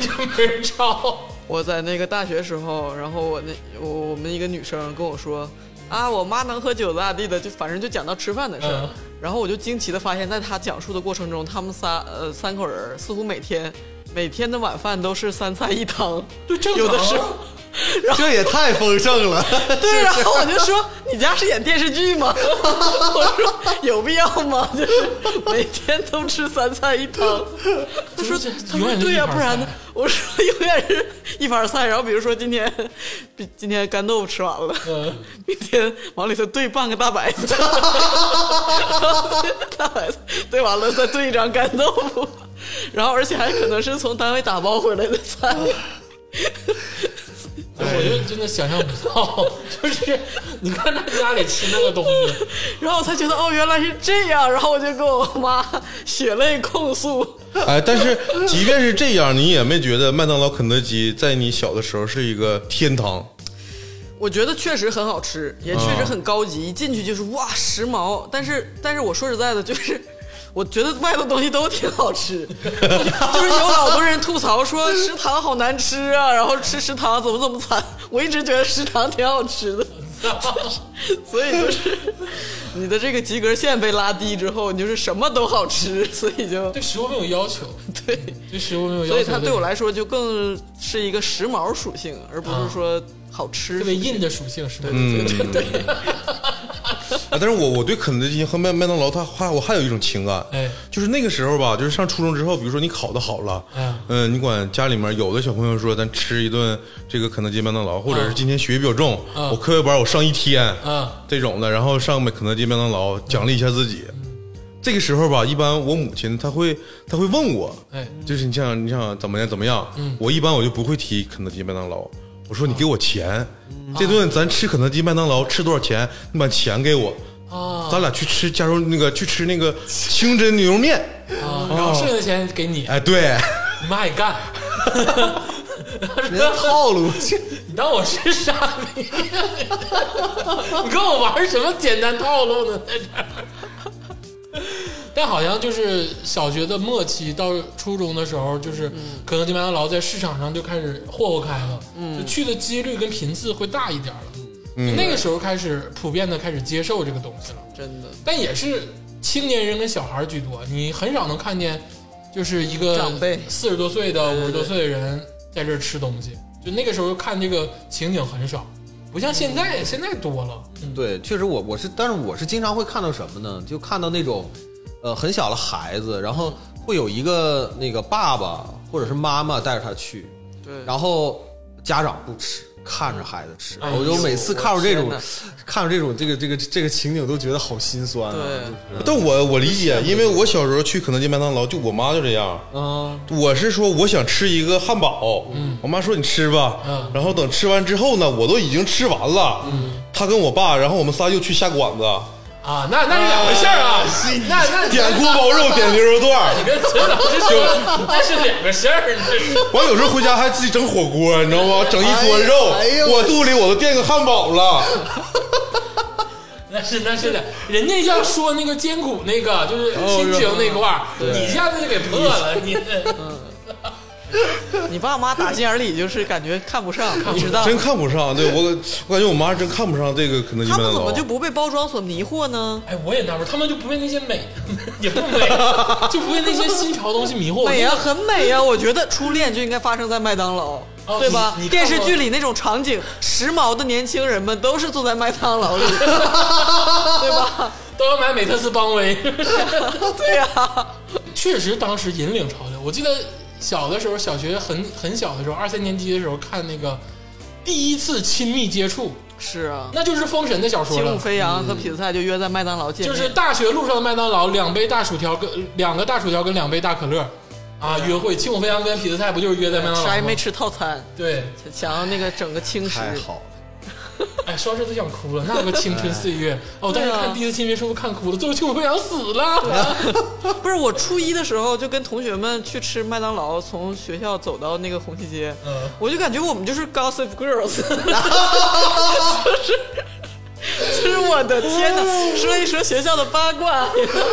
就没人炒。
我在那个大学时候，然后我那我我们一个女生跟我说啊，我妈能喝酒咋地的，就反正就讲到吃饭的事儿。
嗯
然后我就惊奇的发现，在她讲述的过程中，他们仨呃三口人儿似乎每天每天的晚饭都是三菜一汤，
对，正常啊
有的时候。
这也太丰盛 了，
对，然后我就说你家是演电视剧吗？ 我说有必要吗？就是每天都吃三菜一汤。他说
就是
他
永
说
远是
对呀、
一盘
不然呢
菜？
我说永远是一盘菜。然后比如说今天，比今天干豆腐吃完了，明天往里头兑半个大白菜， 大白菜兑完了再兑一张干豆腐，然后而且还可能是从单位打包回来的菜。
我就真的想象不到， 就是你看他家里吃那个东西，
然后我才觉得哦，原来是这样。然后我就跟我妈血泪控诉，
哎，但是即便是这样，你也没觉得麦当劳、肯德基在你小的时候是一个天堂。
我觉得确实很好吃，也确实很高级。一进去就是哇，时髦。但是，但是我说实在的，就是我觉得外头东西都挺好吃， 就是有老多人吐槽说食堂好难吃啊，然后吃食堂怎么怎么惨。我一直觉得食堂挺好吃的，所以就是 你的这个及格线被拉低之后，你就是什么都好吃，所以就
对食物没有要求，
对。
对食物没有要求，
所以它对我来说就更是一个时髦属性，而不是说好吃
啊特别硬的属性是吧？
嗯，啊，但是我我对肯德基和麦麦当劳，它还我还有一种情感，
哎
就是那个时候吧，就是上初中之后，比如说你考的好了，
嗯
嗯、你管家里面有的小朋友说，咱吃一顿这个肯德基、麦当劳，或者是今天学习比较重，
嗯
我课外班我上一天，
嗯
这种的，然后上肯德基、麦当劳奖励一下自己。这个时候吧，一般我母亲她会她会问我，
哎嗯
就是你像你想怎么样怎么样，我一般我就不会提肯德基、麦当劳，我
啊
说你给我钱，这顿咱吃肯德基、麦当劳吃多少钱，你把钱给我，
啊，
咱俩去吃加州那个去吃那个清真牛肉面，
啊然后剩下的钱给你
哎，对，
，My God，
人家套路，
你当我是傻逼？你跟我玩什么简单套路呢？在这儿。但好像就是小学的末期到初中的时候，就是可能金麦当劳在市场上就开始霍霍开了，就去的几率跟频次会大一点了。就那个时候开始普遍的开始接受这个东西了。
真的
但也是青年人跟小孩儿居多，你很少能看见就是一个
长辈
四十多岁的、五十多岁的人在这儿吃东西。就那个时候看这个情景很少，不像现在，现在多了。嗯，
对，确实我我是，但是我是经常会看到什么呢？就看到那种，呃，很小的孩子，然后会有一个那个爸爸或者是妈妈带着他去，
对，
然后家长不吃，看着孩子吃，
哎
我就每次看着这种
我天，
看着这种这个这个这个情景都觉得好心酸啊。
对
就是
嗯但我我理解，因为我小时候去肯德基、麦当劳，就我妈就这样。
嗯，
我是说我想吃一个汉堡，我妈说你吃吧，
嗯
然后等吃完之后呢，我都已经吃完了，她跟我爸，然后我们仨又去下馆子，
啊，那那是两回事儿啊，那那
点锅包肉，点牛肉段儿，
跟陈老师说那是两个事儿，啊那是。
完有时候回家还自己整火锅，你知道吗？整一锅肉，
哎呀哎呀
我肚里我都垫个汉堡了，
那是那是的，人家要说那个艰苦那个就是亲情那块儿，你一下子就给破了，你
你爸妈打心眼里就是感觉看不上，不知道
真看不上。对我，我感觉我妈真看不上这个肯德基、麦
他们
当
怎
劳
哦
么。就不被包装所迷惑呢？
哎，我也纳闷，他们就不被那些美， 也不美，就不被那些新潮东西迷惑。
美呀、很美呀、我觉得初恋就应该发生在麦当劳，
哦
对吧
你你？看
电
过
视剧里那种场景，时髦的年轻人们都是坐在麦当 劳里，对吧？
都要买美特斯邦威， 啊
对啊呀、
确实当时引领潮流。我记得小的时候，小学很很小的时候，二三年级的时候看那个第一次亲密接触，
是啊。
那就是封神的小说
轻舞
了。
飞扬和痞子蔡就约在麦当劳见
就
面，
是大学路上的麦当劳，两杯大薯条跟两个大薯条跟两杯大可乐，啊，约会。庆武飞扬跟痞子蔡不就是约在麦当劳吗？
啥也没吃套餐，
对，
想要那个整个轻食，
太好了。
哎，说到这都想哭了，那个青春岁月哦！
对
但
啊
是看第一次亲别说不看哭了，最后庆武飞扬死了，
不是我初一的时候就跟同学们去吃麦当劳，从学校走到那个红旗街，
嗯
我就感觉我们就是 Gossip Girls，就是就是我的天哪，说一说学校的八卦，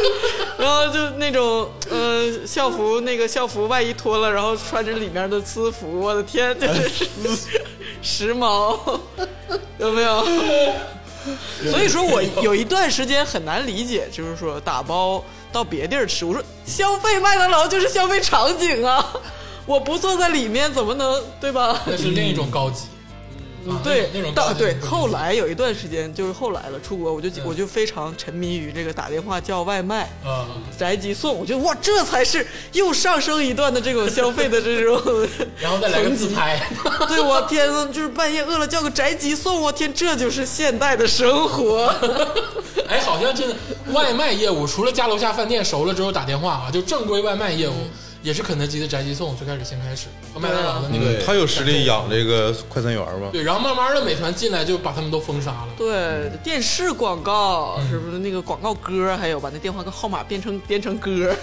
然后就那种呃校服那个校服外衣脱了，然后穿着里面的私服，我的天，就是时髦， 有没有？所以说我有一段时间很难理解，就是说打包到别地儿吃，我说消费麦当劳就是消费场景啊，我不坐在里面怎么能对吧？
那是另一种高级。啊
对，
那种高
到
级
对
那种
后来有一段时间，就是后来了，出国我就
嗯
我就非常沉迷于这个打电话叫外卖。
啊，，
宅急送，我觉得哇，这才是又上升一段的这种消费的这种
然后再来个自。拍，
对，我天呐，就是半夜饿了叫个宅急送，我天，这就是现代的生活。
哎，好像真的外卖业务，除了家楼下饭店熟了之后打电话啊，就正规外卖业务也是肯德基的宅急送最开始先开始，和麦当劳的那个
嗯，她有实力养这个快餐园吗？
对，然后慢慢的美团进来就把他们都封杀了。
对，电视广告是不是那个广告歌？还有把那电话跟号码变成编成歌，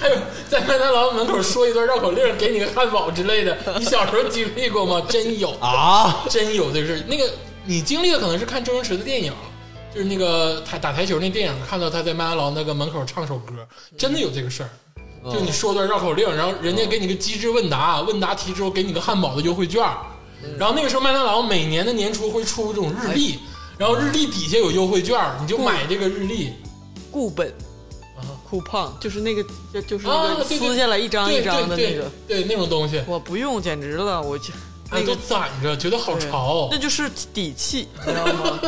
还有在麦当劳门口说一段绕口令，给你个汉堡之类的，你小时候经历过吗？真有
哎
啊，
真有这个事儿。那个你经历的可能是看周星驰的电影，就是那个台打台球那电影，看到他在麦当劳那个门口唱首歌，
嗯
真的有这个事儿。
哦
就你说段绕口令，然后人家给你个机智问答，问答题之后给你个汉堡的优惠券儿，
嗯
然后那个时候麦当劳每年的年初会出这种日
哎
历，然后日历底下有优惠券儿，你就买
哦
这个日历。
固本
啊，
酷胖就是那个，就就是
啊
那个
对对
撕下来一张一张的
对
那个，
对对对那种东西，
我不用，简直了，我就
那
啊
那
都
个。
攒着，觉得好
对
潮
那。就是底 气，你知道吗？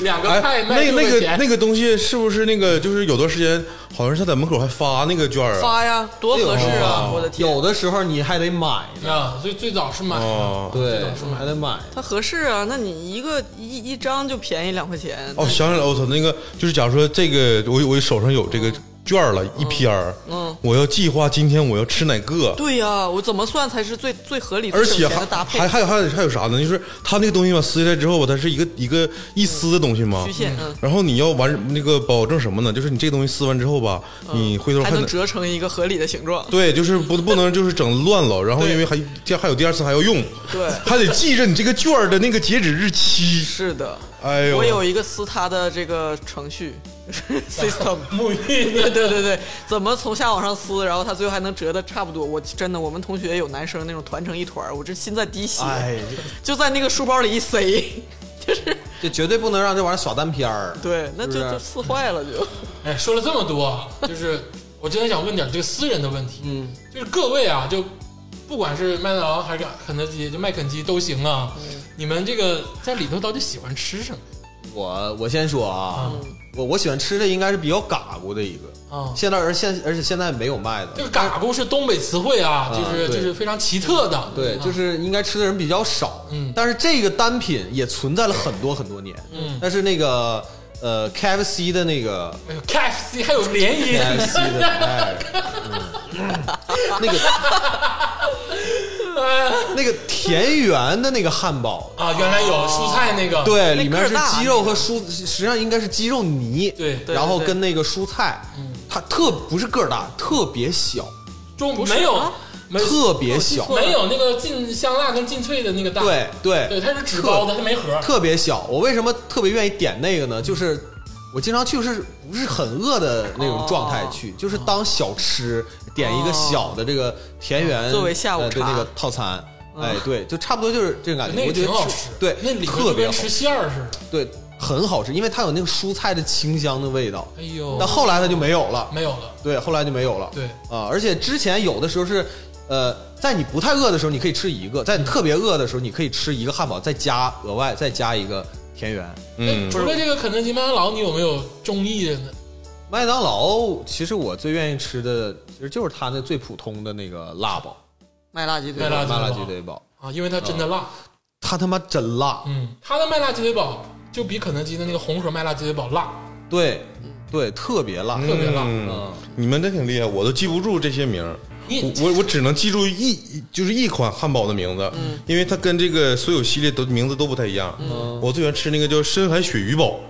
两个
哎
菜，卖
那
六
那
块
个
钱，
那个东西是不是那个就是有段时间好像是他在门口还发那个券儿啊？
发呀，多合适
哎
啊！
呦
我的天，
有的时候你还得买呢，
啊，所以最早是买的。
哦
对
这倒是买，
还得买。
它合适啊。那你一个一一张就便宜两块钱，
哦哦，想起来了，我操，那个就是假如说这个，我我手上有这个卷儿了，一篇儿，
嗯
我要计划今天我要吃哪个，
对呀、我怎么算才是最最合理、
而
最
且
省钱
还
的搭配
还？还有还有还有啥呢？就是它那个东西吧，撕下来之后吧，它是一个一个一撕的东西嘛
曲，线，嗯，
然后你要完那个保证什么呢？就是你这个东西撕完之后吧，你回头
嗯还
看
能
它
折成一个合理的形 状。
对，就是不不能就是整乱了，然后
对
因为还第还有第二次还要用，
对
还得记着你这个券儿的那个截止日期。
是的，
哎呦，
我有一个撕它的这个程 序 system。
沐浴
对对对对，怎么从下往上撕，然后它最后还能折的差不多？我真的，我们同学有男生那种团成一团儿，我这心在滴血，
哎，
就在那个书包里一塞，
这绝对不能让这玩意儿耍单片儿。
对，那就是
不是
就撕坏了就。
哎，说了这么多啊，就是我真的想问点这个私人的问题，嗯，就是各位啊，就不管是麦当劳还是肯德基，就麦肯基都行啊，
嗯
你们这个在里头到底喜欢吃什么
我我先说啊，
嗯
我我喜欢吃的应该是比较嘎咕的一个，
啊？
现在而现而且现在没有卖
这
的，
个嘎咕是东北词汇啊，
啊
就是
对
就是非常奇特的，
对，
啊
就是应该吃的人比较少。
嗯
但是这个单品也存在了很多很多年。
嗯
但是那个呃 KFC 的 那个
哎呦 KFC 还有联姻
KFC 的，哎，嗯那个那个田园的那个汉堡，
啊，原来有蔬菜那个，
哦对，
那
里面
个
是
大
鸡肉和蔬，实际上应该是鸡肉泥，
对对嗯
然后
对
跟那个蔬菜，它特不是个儿大，特别小，
中没有
啊
没
特别小，
没有那个劲香辣跟劲脆的那个大，
对对
对，它是纸
特
包的，它没盒儿，
特别小。我为什么特别愿意点那个
嗯
呢？就是我经常去是不是很饿的那种状态
哦
去，就是当小吃点一个小的这个田
哦
园
作为下午
呃对
茶
那个套餐。哎，对，就差不多就是这个感觉，
嗯那
我
个
觉得
挺好
吃
吃，
对，
那里头
特
就跟
别好
吃
吃，
馅儿似的，
对，很好吃，因为它有那个蔬菜的清香的味道。
哎呦，
但后来它就没有了，
没有了，
对，后来就没有了。
对
啊，而且之前有的时候是，呃，在你不太饿的时候，你可以吃一个；在你特别饿的时候，你可以吃一个汉堡，再加额外再加一个田园。
嗯
哎，除了这个肯德基、麦当劳，你有没有中意的呢？
麦当劳其实我最愿意吃的，其实就是它那最普通的那个辣堡，
卖辣鸡腿
麦辣
堡，
鸡
麻
腿
辣
堡
鸡腿堡，
啊，因为它真的辣。
它他妈真辣。
嗯，它的麦辣鸡腿堡就比肯德基的那个红盒麦辣鸡腿堡辣，
对，对，特别辣。
特别啊辣。
嗯，你们真挺厉害，我都记不住这些名儿。我我我只能记住一就是一款汉堡的名字，
嗯
因为它跟这个所有系列都名字都不太一样。我最喜欢吃那个叫深海鳕鱼堡，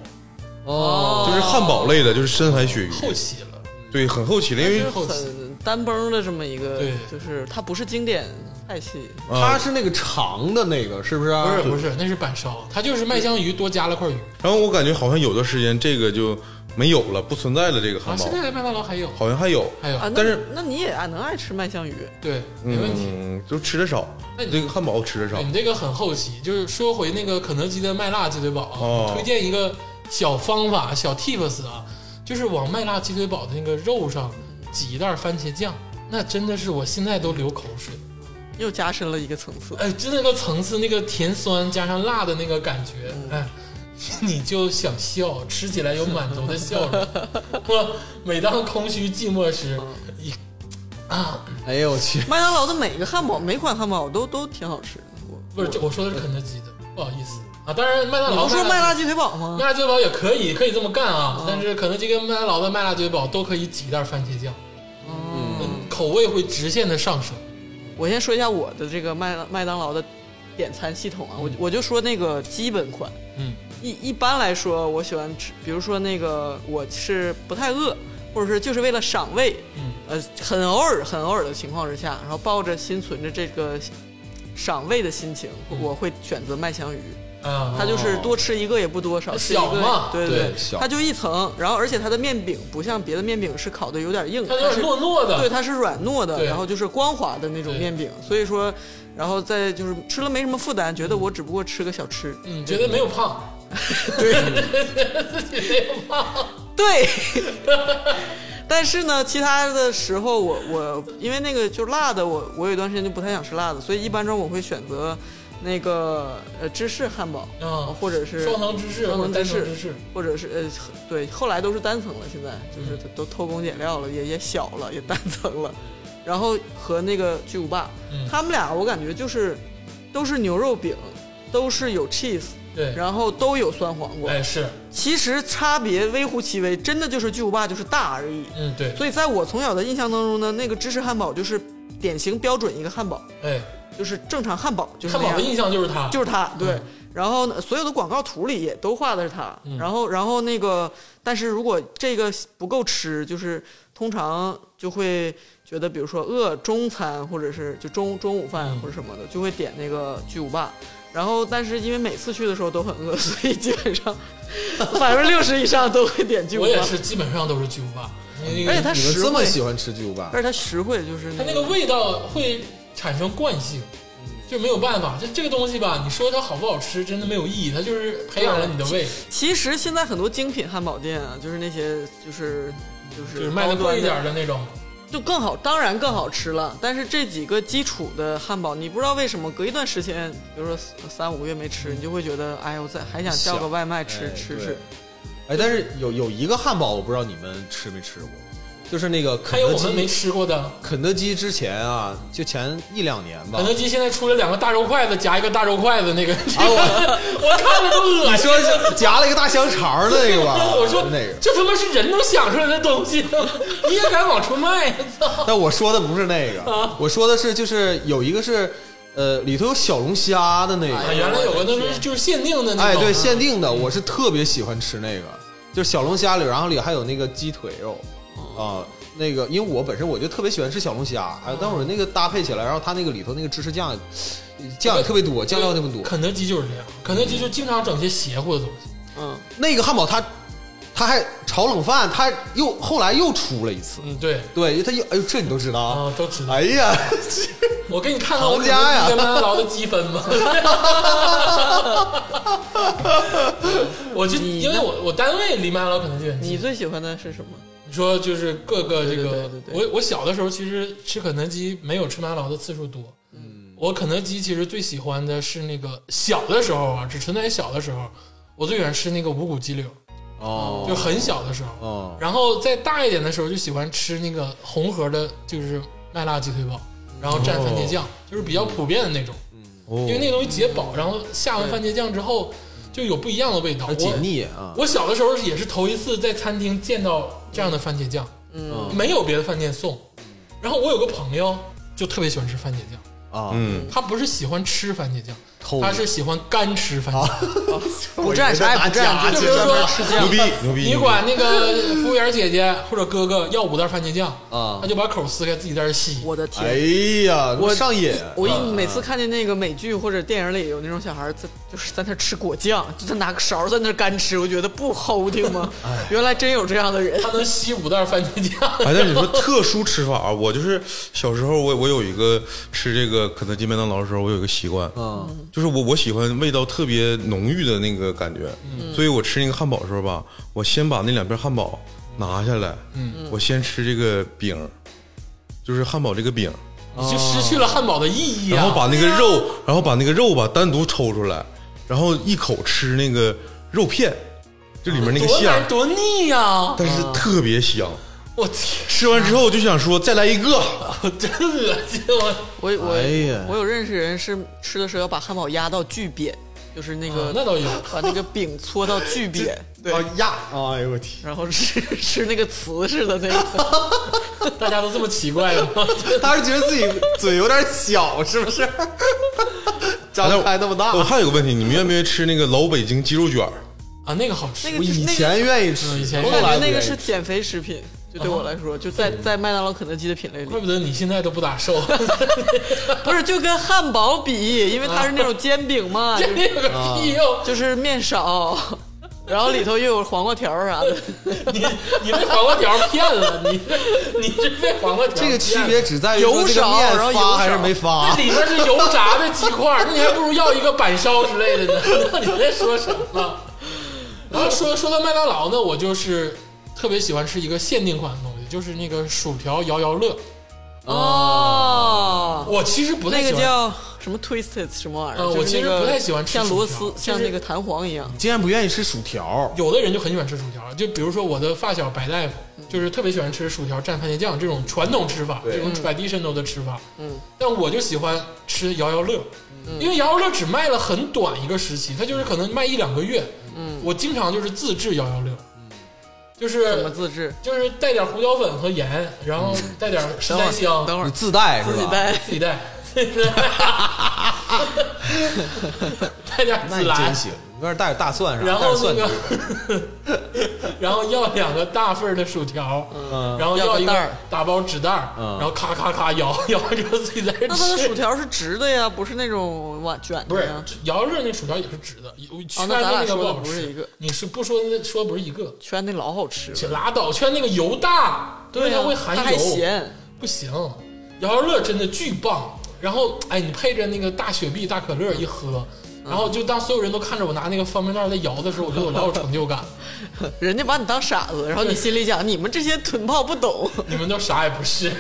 哦，
就是汉堡类的，就是深海鳕鱼，
后期了，
对，很后期了，因为
后期
很单崩的这么一个
对，
就是它不是经典菜系，
它是那个长的那个，是不是啊？
不是不是，那是板烧，它就是麦香鱼多加了块鱼
然后我感觉好像有段时间这个就没有了，不存在了这个
啊。
汉堡
现，在麦当劳还有，
好像还有，
还有
啊，那
但是
那你也爱能爱吃麦香鱼，
对，没问题。
嗯，就吃的少
那，你
这个汉堡吃的少
对你。这个很后期，就是说回那个肯德基的麦辣鸡腿堡啊，
哦
推荐一个小方法、小 tips 啊，就是往麦辣鸡腿堡的那个肉上挤一袋番茄酱，那真的是我现在都流口水。
又加深了一个层次。
哎，就那个层次，那个甜酸加上辣的那个感觉，
嗯
哎， 你就想笑，吃起来有满足的笑容。我每当空虚寂寞时，
嗯
一啊，
哎呦我去，
麦当劳的每个汉堡，每款汉堡都都挺好吃的。我
不是这我说的是肯德基的，不好意思啊。当然，麦当
你
劳
不说
麦
麦辣嗯鸡腿堡吗
麦？辣鸡腿堡也可以，可以这么干啊。但是肯德基跟麦当劳的麦辣鸡腿堡都可以挤一袋番茄酱，嗯，口味会直线的上升。
我先说一下我的这个麦麦当劳的点餐系统啊，我我就说那个基本款，
嗯，
一一般来说我喜欢吃，比如说那个我是不太饿，或者是就是为了赏味，
嗯，
呃，很偶尔很偶尔的情况之下，然后抱着心存着这个赏味的心情，
嗯
我会选择麦香鱼。
啊，
它就是多吃一个也不多，少吃一
小
个
嘛
也，对
对小
它就一层，然后而且它的面饼不像别的面饼是烤的有点硬，
它有点
是
糯糯的，
对，它是软糯的，
对
然后就是光滑的那种
对
面饼，所以说，然后再就是吃了没什么负担，觉得我只不过吃个小吃，
嗯，觉得没有胖，
对。 但是呢，其他的时候我我因为那个就辣的，我我有一段时间就不太想吃辣的，所以一般中我会选择那个呃芝士汉堡，
嗯
或者是
双层芝士
双
或者
层
单
芝
层
士
芝士，
或者是呃对，后来都是单层了，现在就是
嗯
都偷工减料了，也也小了，也单层了。然后和那个巨无霸，
嗯
他们俩我感觉就是都是牛肉饼，都是有 cheese，
对，
然后都有酸黄瓜，
哎是，
其实差别微乎其微，真的就是巨无霸就是大而已。
嗯对，
所以在我从小的印象当中呢，那个芝士汉堡就是典型标准一个汉堡，
哎，
就是正常汉堡就是
汉
那
堡
样
的印象就是它，
就是它，对。
嗯
然后呢，所有的广告图里也都画的是它。然后，然后那个，但是如果这个不够吃，就是通常就会觉得，比如说饿中餐，或者是就中中午饭
嗯
或者什么的，就会点那个巨无霸。然后，但是因为每次去的时候都很饿， 所以基 本上百分之六十以上都会点巨无
我
霸。
也是基本上都是巨无霸，因
而
为那
且
个
它
你们
实
这
惠
么，喜欢吃巨无霸
而且它实惠，就是
它那个味道会产生惯性。
嗯
就没有办法，就这个东西吧，你说它好不好吃，真的没有意义，它就是培养了你的胃，
其实现在很多精品汉堡店啊，就是那些就是就是
就是卖的
高端
贵一点的那种。
就更好，当然更好吃了。但是这几个基础的汉堡，你不知道为什么隔一段时间，比如说三三五个月没吃，你就会觉得，哎呦，我再还想叫个外卖吃
哎
吃
对
吃。
哎，但是有有一个汉堡，我不知道你们吃没吃过，就是那个肯
还有
德
我们没
基。
吃过的，
肯德基之前啊，就前一两年吧
肯，德基现在出了两个大肉筷子夹一个大肉筷子那
啊
个，我看着都恶
你
心。
说是夹了一个大香肠的那个
啊
吧？
我说
那个，
这他妈是人能想出来的东西吗？你也敢往出卖？操！
但我说的不是那
啊
个，我说的是就是有一个是呃里头有小龙虾的那个，
啊，原来有个那是就是限定的那
哎，
种，啊
对，限定的，我是特别喜欢吃那个，就是小龙虾里，然后里还有那个鸡腿肉，啊、那个，因为我本身我就特别喜欢吃小龙虾，哎，但我那个搭配起来，然后它那个里头那个芝士酱，酱也特别多，酱料特别多。
肯德基就是这样，肯德基就经常整些邪乎的东西。
嗯，
那个汉堡它，它还炒冷饭，它又后来又出了一次，
嗯，对
对，它又哎呦这你都知道
啊，
啊？
都知道。
哎呀，
我给你看看我
行
肯
家呀
德基跟麦当劳的积分吧。我就因为我我单位离麦当劳肯德基很近
你。最喜欢的是什么？
你说就是各个这
对对
个
对，对对
我我小的时候其实吃肯德基没有吃麦当劳的次数多。嗯，我肯德基其实最喜欢的是那个小的时候啊，只存在于小的时候，我最喜欢吃那个五谷鸡柳，
哦
就很小的时候。
哦，
然后再大一点的时候，就喜欢吃那个红盒的，就是麦辣鸡腿堡，然后蘸番茄
哦
酱，就是比较普遍的那种，
嗯
哦
因为那个东西解饱，然后下完番茄酱之后就有不一样的味道。
它
我
解腻啊，
我小的时候也是头一次在餐厅见到这样的番茄酱，
嗯
没有别的饭店送。然后我有个朋友就特别喜欢吃番茄酱，
啊，
嗯，
他不是喜欢吃番茄酱，
偷
他是喜欢干吃番茄酱。
不蘸啥也不蘸，
就比如说，
牛逼牛逼！
你管那个服务员姐姐或者哥哥要五袋番茄酱
啊
他就把口撕开自己在这吸。
我的天！
哎呀，我上瘾，
我一每次看见那个美剧或者电影里有那种小孩儿在就是在那儿吃果酱，就在拿个勺儿在那儿干吃，我觉得不齁挺吗？
哎
原来真有这样的人。
他能吸五袋番茄酱，
哎，但你说特殊吃法啊，我就是小时候我我有一个吃这个肯德基、麦当劳的时候，我有一个习惯，
嗯
就是我我喜欢味道特别浓郁的那个感觉，
嗯
所以我吃那个汉堡的时候吧，我先把那两片汉堡拿下来，
嗯
我先吃这个饼，就是汉堡这个饼，
就失去了汉堡的意义啊！
哦然后把那个肉，然后把那个肉吧单独抽出来，然后一口吃那个肉片，就里面那个
多
馅儿
难，嗯多腻呀、
但是特别香。
我天，
吃完之后就想说再来一个，
我真恶心！我
我我、
哎呀
我有认识人是吃的时候要把汉堡压到巨扁，就是
嗯
那个、
啊那倒有
把那个饼搓到巨扁，对，
啊呀，哎呦我天。
然后吃吃那个瓷似的 那个，
大家都这么奇怪吗？
他是觉得自己嘴有点小，是不是？ 张开那么大
我。还有个问题，你们愿不愿意吃那个老北京鸡肉卷儿？
啊，那个好吃，
那个
我
就是
以
那个
前愿意吃，
嗯以前
后
我感
来
觉
不
那
愿
个
意
是
吃
减肥食品，就对我来说，就在在麦当劳、肯德基的品类
怪
里，
啊不得你现在都不咋瘦，
啊
不是就跟汉堡比，因为它是那种煎饼 嘛，就
这
是
有个屁用！
就是面少，然后里头又有黄瓜条儿啥的。
你你被黄瓜条骗了，你你是被黄瓜条
这个区
骗了
别只在于说
油
这个
少
面
然后油
发还是
少
没
那
发。
里面是油炸的鸡块儿，那你还不如要一个板烧之类的呢。 那你在说什么？然后说说到麦当劳呢，我就是特别喜欢吃一个限定款的东西，就是那个薯条摇摇乐。
哦，
哦我其实不太
那
喜
个
欢，
叫什么 twisted 什么玩意儿？
呃
就是
我其实
那个
不太喜欢吃
像
薯
螺
条
丝，
就是
像那个弹簧一样。
竟然不愿意吃薯条，
有的人就很喜欢吃薯条，就比如说我的发小白大夫，
嗯
就是特别喜欢吃薯条蘸番茄酱这种传统吃法，这
嗯
种 traditional 的吃法。嗯，但我就喜欢吃摇摇乐，
嗯
因为摇摇乐只卖了很短一个时期，它就是可能卖一两个月。嗯，我经常就是自制摇摇乐，就
嗯怎么
是
自制？
就是带点胡椒粉和盐，然后带点十三香，
等会
你
儿
自带是
自己
吧？
带。
自己带， 带点
那
孜
你
然
真。行，你外面带点大蒜啥，
然
带
后那
点蒜
个
泥，
然后要两个大份儿的薯条，然后
嗯要
要
个
一
袋儿
个打包纸袋儿，
嗯
然后咔咔咔摇摇着自己在这
那它的薯
吃。
条是直的呀，不是那种碗卷
不
的
是
呀。
摇热那薯条也是直的，有圈
哦那咱
的那
俩
个
说的
好
不是
吃
一个
你是不说那说不是一个，
圈那老好吃了，
且拉倒，圈那个油大，因
对
为
呀
它会
它
含
还
油，
咸。
不行。摇摇乐真的巨棒，然后哎，你配着那个大雪碧、大可乐一喝，
嗯
然后就当所有人都看着我拿那个方便面在摇的时候，我觉得我老有成就感。
人家把你当傻子，然后你心里想，你们这些臀炮不懂。
你们都啥也不是。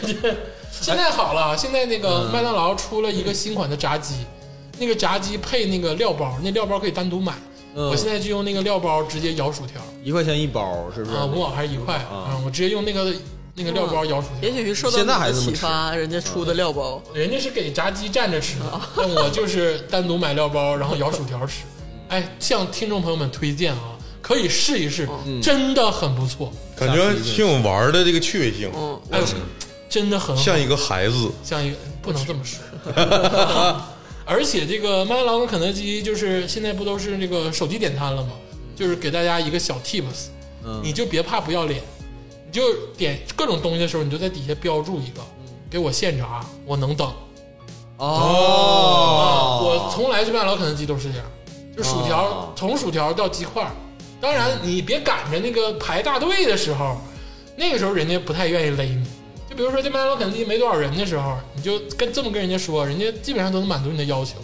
现在好了，现在那个麦当劳出了一个新款的炸鸡，那个炸鸡配那个料包，那料包可以单独买。
嗯
我现在就用那个料包直接摇薯条
一块钱一包，是不是？
啊，五毛还是一块啊、我直接用那个那个料包摇薯条。
也许 是受到
现
你
在还
的
这么
启
吃啊
发，人家出的料包。
人家是给炸鸡蘸着吃的，但我就是单独买料包，然后摇薯条吃。哎，向听众朋友们推荐啊，可以试一试，真的很不错，
感觉挺有玩儿的这个趣味性，嗯
嗯，
哎，真的很好。
像一个孩子。
像一个不能这么说。而且这个麦当劳跟肯德基就是现在不都是那个手机点餐了吗？就是给大家一个小 tips，、你就别怕不要脸，你就点各种东西的时候，你就在底下标注一个，给我现炸，我能等。啊，
哦，
我从来去麦当劳、肯德基都是这样，就薯条、
哦
从薯条到鸡块儿。当然，你别赶着那个排大队的时候，那个时候人家不太愿意勒你。就比如说这麦当劳、肯德基没多少人的时候，你就跟这么跟人家说，人家基本上都能满足你的要求。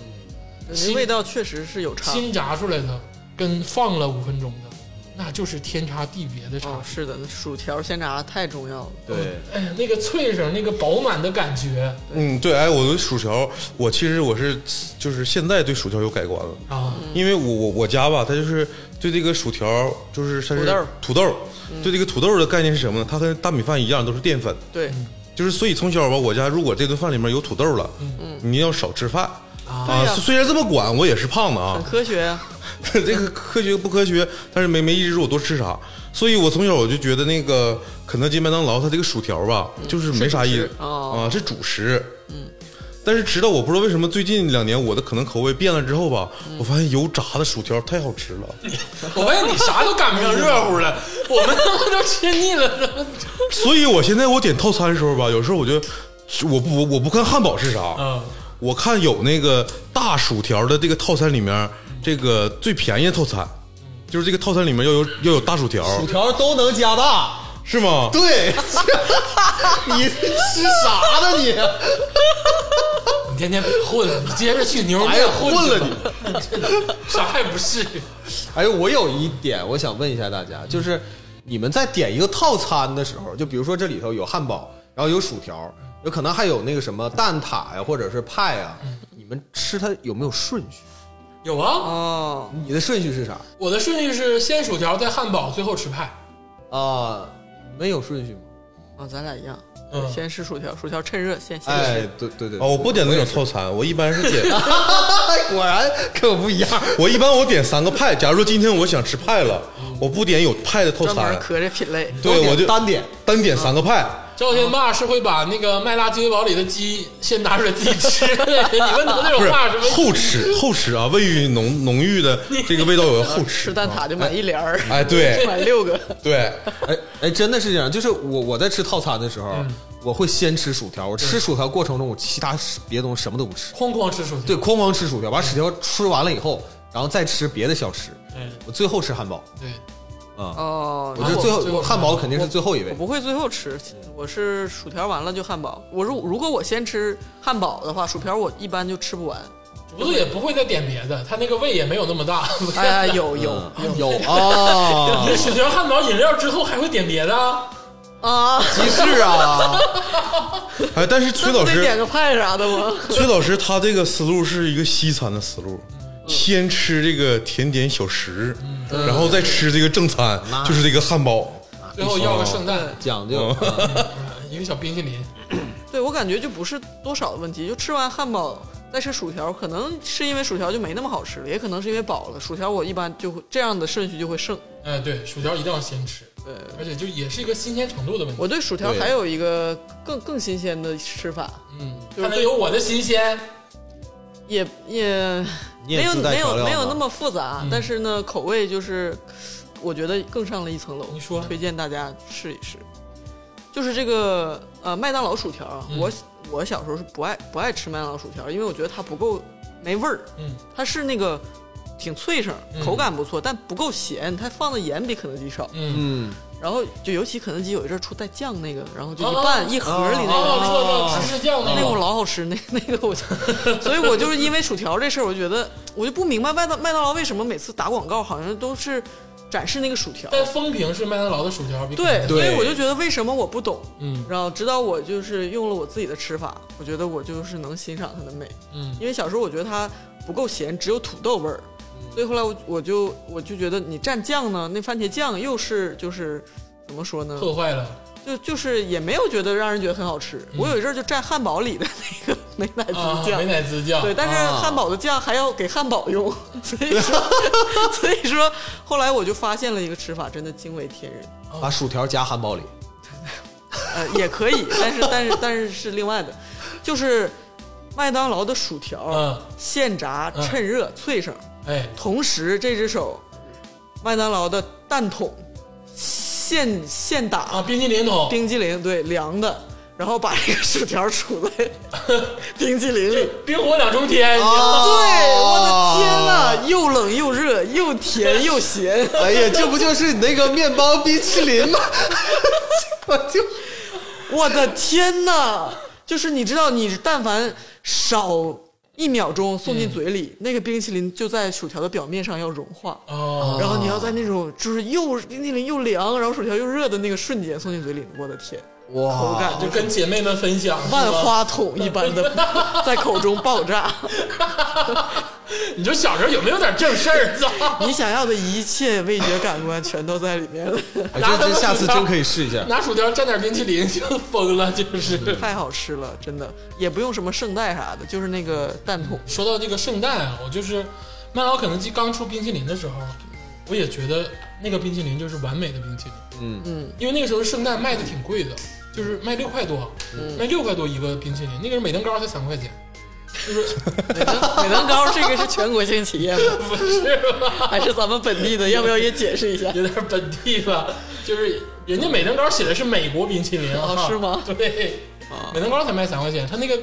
人家
新
味道确实是有差。
新炸出来的跟放了五分钟的，那就是天差地别的差
哦，
距。
是的，那薯条鲜炸太重要了。
对，
哎呀，那个脆声，那个饱满的感觉
嗯，对，哎，我对薯条，我其实我是就是现在对薯条有改观了，
啊，
嗯
因为我我我家吧，它就是对这个薯条，就是它是
土豆儿嗯
土豆儿，对这个土豆儿的概念是什么呢？它跟大米饭一样，都是淀粉，
对，
就是所以从小吧，我家如果这顿饭里面有土豆了，你要少吃饭。啊，
嗯对呀
虽然这么管，我也是胖的啊
很，科学呀。
这个科学不科学，但是没没抑制住我多吃啥，所以我从小我就觉得那个肯德基、麦当劳它这个薯条吧，就是没啥意思
是主食
啊，
哦
是主食。嗯，但是直到我不知道为什么最近两年我的可能口味变了之后吧，我发现油炸的薯条太好吃了，
我发现你啥都赶不上热乎了，我们他妈都吃腻了。
所以我现在我点套餐的时候吧，有时候我就我不我我不看汉堡是啥，
啊，
我看有那个大薯条的这个套餐里面，这个最便宜的套餐，就是这个套餐里面要有要有大薯条，
薯条都能加大，
是吗？
对， 你吃啥呢你？
你天天别混了，你接着去牛肉面混去吧，啥也不是。
哎，我有一点我想问一下大家，就是你们在点一个套餐的时候，就比如说这里头有汉堡，然后有薯条，有可能还有那个什么蛋挞呀，或者是派呀，你们吃它有没有顺序？
有啊，
哦，
你的顺序是啥
我的顺序是先薯条，再汉堡，最后吃派。
啊？没有顺序吗？
啊，咱俩一样
嗯，
先吃薯条，薯条趁热先先
哎
吃。，
对对对，
啊，我不点那种套餐，我一般是点，
果然跟我不一样。
我一般我点三个派。假如说今天我想吃派了，我不点有派的套
专门
餐，
磕这品类，
都
对
点
我就
单点
单点三个派。
赵天霸是会把那个麦辣鸡尾堡里的鸡先拿出来自己吃，你问他这
不
种
是
话什么？
后吃后吃啊，味欲浓浓郁的这个味道有后
吃
吃。
蛋挞就买一帘儿，
哎，对
买六个。
对，
哎哎，真的是这样，就是我我在吃套餐的时候，我会先吃薯条，我吃薯条过程中我其他食别的东西什么都不吃，
哐哐吃薯条。
对，哐哐吃薯条，把薯条吃完了以后，然后再吃别的小吃，
嗯
我最后吃汉堡
对，
啊，
哦，
我是最
最后
后
吃
汉堡肯定是最后一
我
位，
不会最后吃，我是薯条完了就汉堡。我如如果我先吃汉堡的话，薯条我一般就吃不完。
竹子也不会再点别的，他那个胃也没有那么大。
哎呀，有有
嗯有啊
你薯条、汉堡、饮料之后还会点别的啊？
啊，
集市啊，
哎，但是崔
那
老
不得点
师，
个派啥的吗？
崔老师他这个思路是一个西餐的思路，先吃这个甜点小食，然后再吃这个正餐，就是这个汉堡。
哦
最后要个圣诞，
讲究。嗯
一个小冰淇淋，
对我感觉就不是多少的问题，就吃完汉堡再吃薯条，可能是因为薯条就没那么好吃了，也可能是因为饱了。薯条我一般就会这样的顺序就会剩。
哎，对，薯条一定要先吃，
对，
而且就也是一个新鲜程度的问题。
我对薯条
对
还有一个更更新鲜的吃法，
嗯，
就是
看来有我的新鲜，
也也
你也
没有
自带
没有
调料吗
没有那么复杂，
嗯
但是呢，口味就是我觉得更上了一层楼。
你说
推荐大家试一试，就是这个呃麦当劳薯条啊，
嗯
我我小时候是不爱不爱吃麦当劳薯条，因为我觉得它不够没味儿，
嗯，
它是那个挺脆声，口感不错，但不够咸，它放的盐比肯德基少。
嗯，
嗯，
然后就尤其肯德基有一阵儿出带酱那个，然后就一
哦
拌一盒里那个，
哦，说到芝士酱那
那个我
个，
老好吃，那那个我就，所以我就是因为薯条这事儿，我就觉得我就不明白麦当麦当劳为什么每次打广告好像都是展示那个薯条，
但风评是麦当劳的薯条，比
对，
肯德基
所以我就觉得为什么我不懂，
嗯
然后直到我就是用了我自己的吃法，我觉得我就是能欣赏它的美，
嗯
因为小时候我觉得它不够咸，只有土豆味儿，
嗯
所以后来我我就我就觉得你蘸酱呢，那番茄酱又是就是怎么说呢，
破坏了
就就是也没有觉得让人觉得很好吃，我有一阵儿就蘸汉堡里的那个美乃
啊，
滋酱
美。乃滋酱，
对，但是汉堡的酱还要给汉堡用，所以说， 所以说，后来我就发现了一个吃法，真的惊为天人。
把薯条加汉堡里，
呃，也可以，但是但是但是是另外的，就是麦当劳的薯条、
嗯，
现炸
嗯
趁热脆生，
哎，
同时这只手麦当劳的蛋筒现现打、
啊，冰淇淋桶，
冰激凌，对凉的，然后把这个薯条杵在 冰激凌里。
冰火两重天，
对，
啊
我的天呐，又冷又热，又甜又咸。
哎呀，这不就是你那个面包冰淇淋吗？ 我就
我的天呐！就是你知道，你但凡少一秒钟送进嘴
嗯
里，那个冰淇淋就在薯条的表面上要融化，
啊
哦，
然后你要在那种就是又冰淇淋又凉，然后薯条又热的那个瞬间送进嘴里，我的天，口
哇，
感就
就是跟姐妹们分享，是吧
万花筒一般的 在口中爆炸。
你说小时候有没有点正事儿？操，
你想要的一切味觉感官全都在里面了，
哎这这下次真可以试一下。
拿薯条蘸点冰淇淋就疯了，就是。
太好吃了，真的也不用什么圣代啥的，就是那个蛋筒。
说到这个圣诞啊，我就是麦当劳、肯德基刚出冰淇淋的时候，我也觉得那个冰淇淋就是完美的冰淇淋，
嗯
嗯，因为那个时候圣诞卖的挺贵的，就是卖六块多，卖六块多一个冰淇淋，那个时候美登糕才三块钱，
美登美登高这个是全国性企业吗？
不是吧？
还是咱们本地的，要不要也解释一下？
有点本地吧，就是人家美登糕写的是美国冰淇淋啊，
哦是吗
对，美登糕才卖三块钱，他那个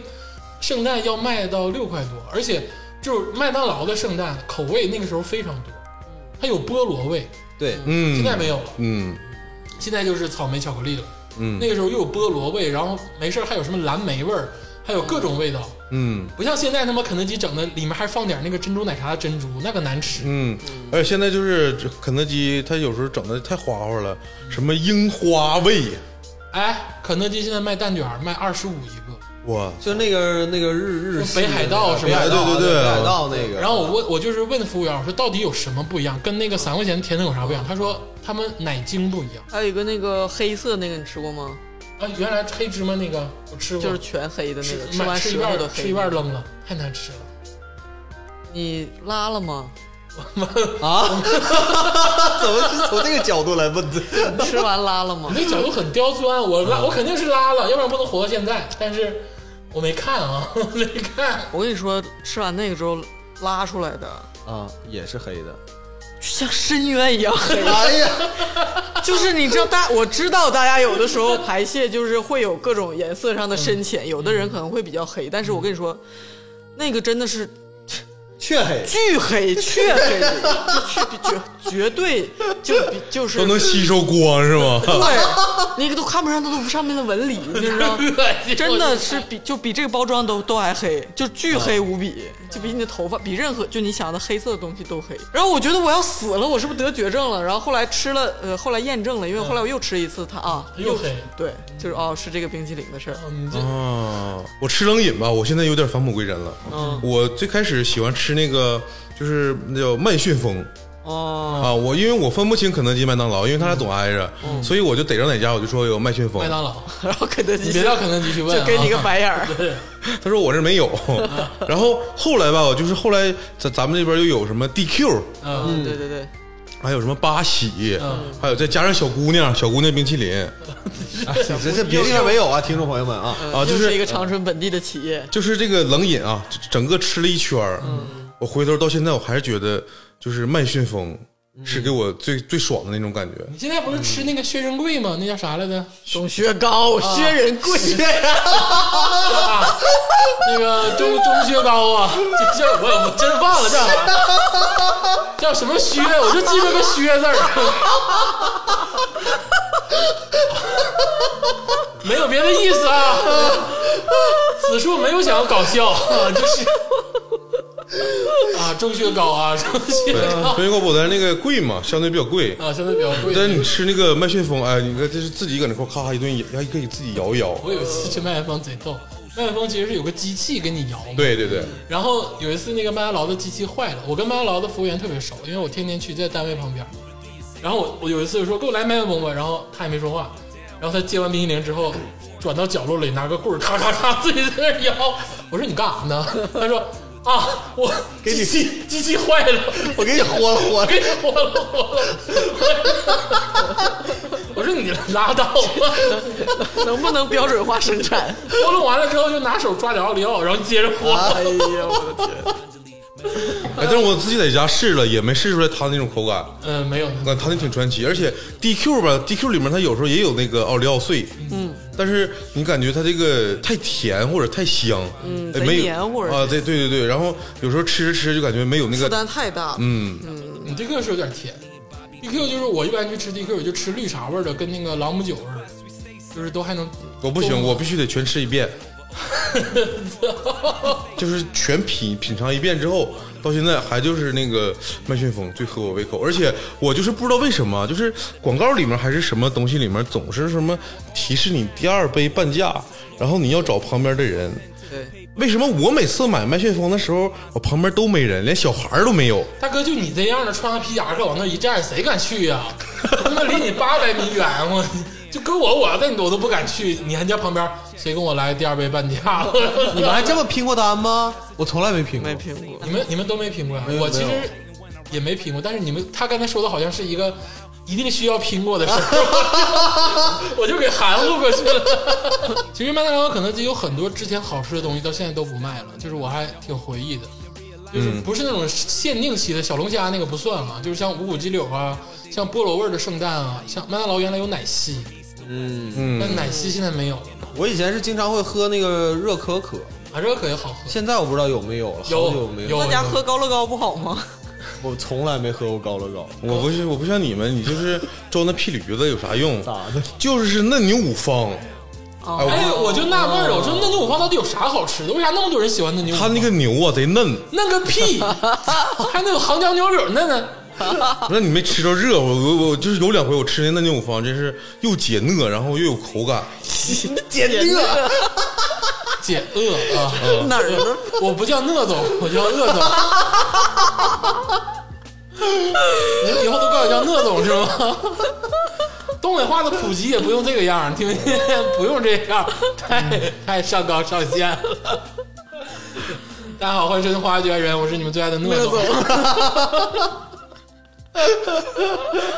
圣诞要卖到六块多，而且就是麦当劳的圣诞口味那个时候非常多，它有菠萝味，
对，
嗯，
现在没有了。
嗯
现在就是草莓巧克力了。
嗯
那个时候又有菠萝味，然后没事儿还有什么蓝莓味儿，还有各种味道，
嗯
不像现在他妈肯德基整的里面还放点那个珍珠奶茶的珍珠，那个难吃。
嗯，而且现在就是这肯德基，它有时候整的太花花了，什么樱花味，
哎，肯德基现在卖蛋卷儿卖二十五一
哇，
就那个那个日日系
北海道是吧
北海道
对对对
北海道那
个，
个。
然后我问我就是问服务员，我说到底有什么不一样，跟那个三块钱的甜筒有啥不一样？他说他们奶精不一样
还有一个那个黑色那个，你吃过吗？
啊，原来黑芝麻那个我吃过，
就是全黑的那个，
吃
吃完
吃一
舌头
半
都
儿
黑。
吃一半儿扔了，太难吃了。
你拉了吗？
啊， 怎么是从这个角度来问的？
你吃完拉了吗
你？这角度很刁钻，我拉我肯定是拉了，要不然不能活到现在。但是我没看啊， 我没看。
我跟你说，吃完那个之后拉出来的，
啊，也是黑的。
像深渊一样黑。
哎呀，
就是你知道大，我知道大家有的时候排泄就是会有各种颜色上的深浅，有的人可能会比较黑，但是我跟你说，那个真的是
黢黑，
巨黑，黢黑，就绝绝对就比就是
都能吸收光 是 吗？
对，那个都看不上它都上面的纹理，你知 道吗？
哎
真的是比就比这个包装都都还黑，就
嗯
巨黑无比，就比你的头发比任何就你想的黑色的东西都黑。然后我觉得我要死了，我是不是得绝症了？然后后来吃了，呃，后来验证了，因为后来
嗯
我又吃了一次它啊，
又黑
对，就是哦，是这个冰淇淋的事儿。
哦你这
啊，我吃冷饮吧，我现在有点返璞归真了。
嗯
我最开始喜欢吃那个，就是那叫麦旋风
哦，嗯
啊，我因为我分不清肯德基、麦当劳，因为他俩总挨着，所以我就逮着哪家我就说有麦旋风
麦。当劳，
然后肯德基
你别到肯德基去问、
就
啊，
给你个白眼儿，
他说我这没有。
嗯
然后后来吧，我就是后来咱咱们这边又有什么 DQ，
嗯，
对对对，
还有什么八喜
嗯，
还有再加上小姑娘、小姑娘冰淇淋，
哎这这别地方没有啊，听众朋友们啊，
呃
就是
是一个长春本地的企业，
就是这个冷饮啊，整个吃了一圈儿，我回头到现在我还是觉得，就是麦旋风是给我最、最爽的那种感觉。
你现在不是吃那个薛仁贵吗？那叫啥来着？
董雪糕、
啊
薛仁贵，
那个中中薛高啊，这这我我真忘了叫啥，叫什么薛，我就记着个薛字儿，没有别的意思啊。此处没有想要搞笑啊，就是啊，中薛高啊，中薛高
所以我牡丹那个贵嘛，相对比较贵。
啊，相对比较贵。
但是你吃那个麦旋风，哎，你看这是自己搁那块咔一顿，还可以自己摇一摇。
我有一次去麦旋风贼逗，麦旋风其实是有个机器跟你摇嘛，
对对对，
然后有一次那个麦当劳的机器坏了，我跟麦当劳的服务员特别熟，因为我天天去在单位旁边儿。然后我我有一次我说给我来麦旋风吧，然后他也没说话，然后他接完冰淇淋之后，转到角落里拿个棍儿咔咔咔自己在那儿摇。我说你干啥呢？ 他说啊，我
给你
机器机器坏了，
我给你豁了豁
我
了
给，你活了活了。我说你拉倒吧。
能不能标准化生产？
活弄完了之后就拿手抓着奥利奥，然后接着活。
啊
哎呀，我的天！
哎，但是我自己在家试了，也没试出来它那种口感。
嗯、没有，
那它那挺传奇，而且 DQ 吧，DQ 里面它有时候也有那个奥利奥碎，嗯，但是你感觉它这个太甜或者太香，嗯
贼
没有
黏糊
啊，对对对对，然后有时候吃着吃着就感觉没有那
负
个，
担太大。
嗯，
你这个是有点甜。DQ 就是我一般去吃 DQ，我就吃绿茶味儿的，跟那个朗姆酒味儿的，就是都还能。
我不行，我必须得全吃一 遍，就是全品品尝一遍之后，到现在还就是那个麦旋风最合我胃口，而且我就是不知道为什么，就是广告里面还是什么东西里面总是什么提示你第二杯半价，然后你要找旁边的人。
对，
为什么我每次买麦旋风的时候，我旁边都没人，连 小孩儿都没有？
大哥，就你这样的，穿个皮夹克往那一站，谁敢去呀、他妈离你八百米远，我就跟我，我要在你我都不敢去。你还叫旁边谁跟我来第二杯半价？
你们还这么拼过单吗？我从来没拼过
没，苹果
你们你们都没拼过呀
没？有
我其
没有
实也没拼过，但是你们他刚才说的好像是一个一定需要拼过的事儿， 我就给含糊过去了。 其实麦当劳、肯德基有很多之前好吃的东西，到现在都不卖了，就是我还挺回忆的。就是不是那种限定期的小龙虾那个不算啊，就是像五谷鸡柳啊，像菠萝味儿的圣诞啊，像麦当劳原来有奶昔，嗯，但奶昔现在没有了，
我以前是经常会喝那个热可可，
啊，这个可也好喝，
现在我不知道有没有了，好久
有
没
有，
大家喝高乐高不好吗？
我从来没喝过高乐高，
我不是，我不像你们，你就是装那屁驴子有啥用？
咋的？
就是嫩牛五方，
哦
哎
哎，我就纳闷了，我说嫩牛五方到底有啥好吃的？为啥那么多人喜欢嫩牛五
他
方？
那个牛啊贼嫩，
嫩个 屁，还能有杭椒牛柳嫩呢？
那你没吃着热乎，我我我就是有两回我吃那嫩牛五方，真是又解腻，然后又有口感。
解饿
解饿啊！
哪儿呢？
我不叫讷总，我叫鄂总。你们以后都管我叫讷总是吗？东北话的普及也不用这个样儿，听没听？不用这样，太太上纲上线了。大家好，欢迎收听《花园人》，我是你们最爱的讷总。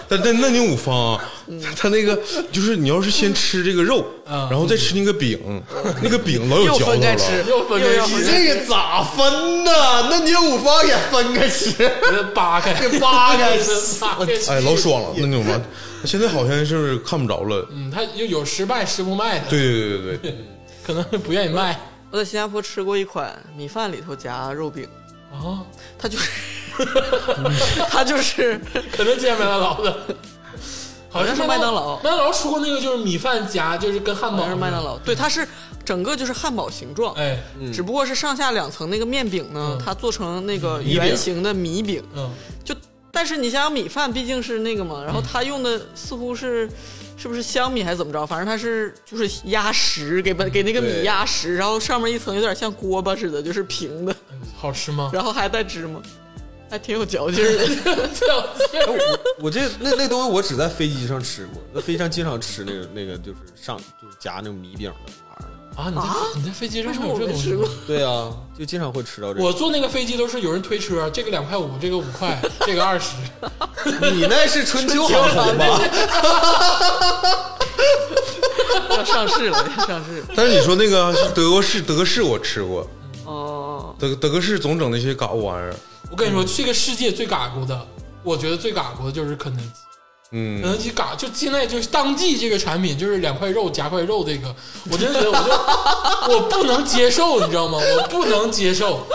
但但嫩牛五方啊，
嗯
他那个就是你要是先吃这个肉，
嗯
然后再吃那个饼，那个饼老有
又
嚼头
分开吃
了。，
又分开
要
吃
你这个咋分呢？那你五方也分开 吃，
我得呃扒 开，
扒开
扒开。
哎，老爽了，嫩牛五方，现在好像是看不着了。
嗯，他又有失败，失不卖的，
对对对对对。
可能不愿意卖。
我在新加坡吃过一款米饭里头夹肉饼，
啊、啊，
他就是他 就是
肯德基还是麦当劳 的，好
像是麦当劳
麦当劳出过那个就是米饭夹，就是跟汉
好
堡
像是麦当，劳，对，它是整个就是汉堡形状，
哎，
只不过是上下两层那个面饼呢，它做成那个
饼
圆形的米饼，
嗯，
就但是你想想米饭毕竟是那个嘛，然后它用的似乎是。是不是香米还是怎么着？反正它是就是压实，给把给那个米
对
压实，然后上面一层有点像锅巴似的，就是平的，
嗯好吃吗？
然后还带芝麻，还挺有嚼劲儿的。
我这那那东西我只在飞机上吃过，在飞机上经常吃那个那个就是上就是夹那种米饼的玩意儿。
啊，你在你在飞机上
为什么
有
我
这
没
东西
吃
吗
过？？
对啊，就经常会吃到这个。
我坐那个飞机都是有人推车，这个两块五，这个五块，这个二十。
你那是春秋航
啊
空吧？
要上市了，要上市了。
但是你说那个德国式德式我吃过，
哦，
德德国式总整那些嘎玩意儿，
我跟你说，这个世界最嘎咕的，我觉得最嘎咕的就是肯德基。肯
嗯，
德基嘎就现在就是当季这个产品，就是两块肉夹块肉这个，我真觉得我就我不能接受，你知道吗？我不能接受，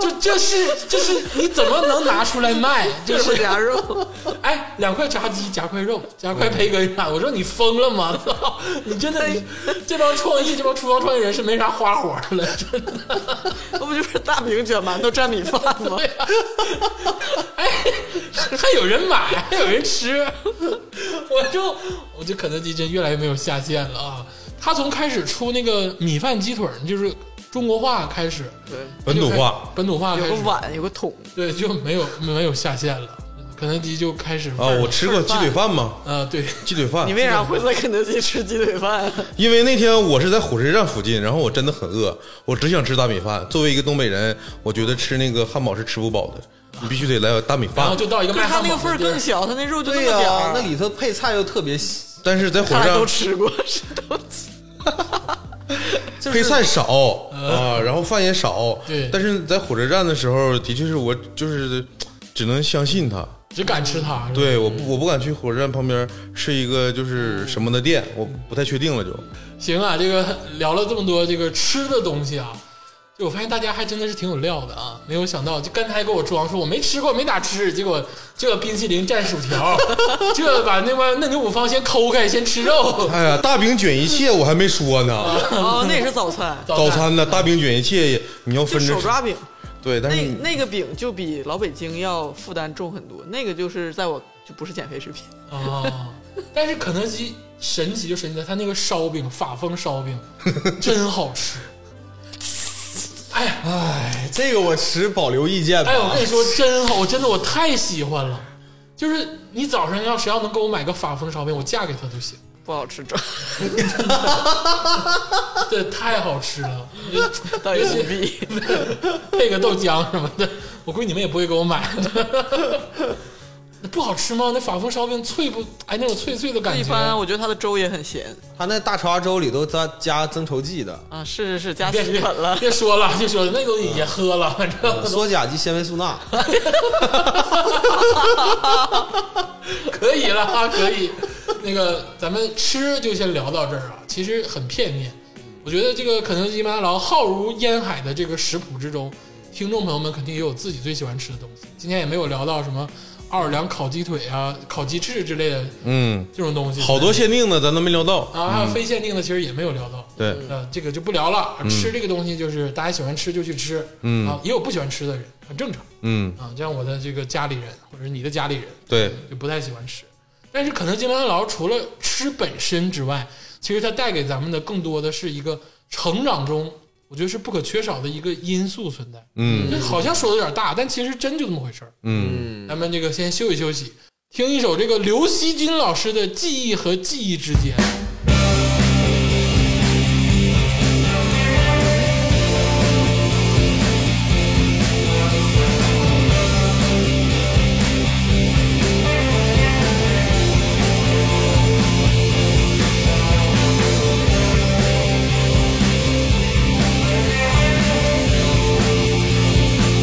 就这是这是你怎么能拿出来卖？就
这
是
不夹肉，
哎，两块炸鸡夹块肉，夹块培根啊啥？我说你疯了吗？ 操！你真的，你这帮创意，这帮厨房创意人是没啥花活了，真的。
那不就是大饼卷馒头蘸米饭吗？
哎， 还有人买，还有人吃，我就我就肯德基真越来越没有下限了啊！他从开始出那个米饭鸡腿儿，就是中国化开始，
对，
本土化，
本土化开
有个
始，
碗，有个桶，
对，就没有没有下限了。肯德基就开始
啊，我吃过鸡腿饭嘛，
啊，对，
鸡腿饭
你。为啥会在肯德基吃鸡腿饭啊？
因为那天我是在火车站附近，然后我真的很饿，我只想吃大米饭。作为一个东北人，我觉得吃那个汉堡是吃不饱的，你必须得来碗大米
然后
饭。
就到一个
可
卖
是他
汉堡
那个份儿
的地
更小，他那肉就那
对
么
呀、
点儿。
那里头配菜又特别细，
但是在火
他
车
俩都
站
吃过，是都吃。
配菜少啊，然后饭也少。
呃对
但是在火车站的时候，的确是我就是只能相信他。
只敢吃它，是吧，
对，我不我不敢去火车站旁边吃一个就是什么的店，我不太确定了就。
行啊，这个聊了这么多这个吃的东西啊，就我发现大家还真的是挺有料的啊！没有想到，就刚才还跟我装说我没吃过，没咋吃，结果这冰淇淋蘸薯条， 这把那边嫩牛五方先抠开，先吃肉。
哎呀，大饼卷一切我还没说呢，
哦，那也是早餐，
早餐呢，大饼卷一切你要
就
分着
手
吃。
抓饼。
对，但
那
是
那个饼就比老北京要负担重很多，那个就是在我就不是减肥食品，
啊，但是肯德基神奇就神奇在它那个烧饼，法风烧 饼真好吃。哎呀，
哎， 这个我持保留意见吧。
哎，我跟你说，真好，我真的我太喜欢了。就是你早上要谁要能给我买个法风烧饼，我嫁给他就行。
不好吃，主要
这太好吃了，
倒也不必。
配个豆浆什么的，我估计你们也不会给我买。那 不好吃吗？那法风烧饼脆不？哎，那种脆脆的感
一
觉。
般我觉得它的粥也很咸
他那大碴粥里头加加增稠剂的，
啊，是是是，加
别
粉
别
了。
别说了，别说了，那东西也喝了，反正
羧甲及纤维素钠，
可以了啊，可以。那个，咱们吃就先聊到这儿啊，其实很片面。我觉得这个肯德基、麦当劳浩如烟海的这个食谱之中，听众朋友们肯定也有自己最喜欢吃的东西。今天也没有聊到什么奥尔良烤鸡腿啊、烤鸡翅之类的
嗯，
这种东西，
好多限定的咱都没聊到。
啊，还有非限定的其实也没有聊到。
对，
呃，这个就不聊了。吃这个东西就是大家喜欢吃就去吃，
嗯
啊，也有不喜欢吃的人，很正常
嗯，
啊。像我的这个家里人，或者是你的家里人，
对，
就不太喜欢吃。但是肯德基、麦当劳除了吃本身之外，其实它带给咱们的更多的是一个成长中，我觉得是不可缺少的一个因素存在。
嗯
这好像说的有点大，但其实真就这么回事儿。
嗯，
咱们这个先休息休息，听一首这个刘惜君老师的《记忆和记忆之间》。
记忆和记忆之间，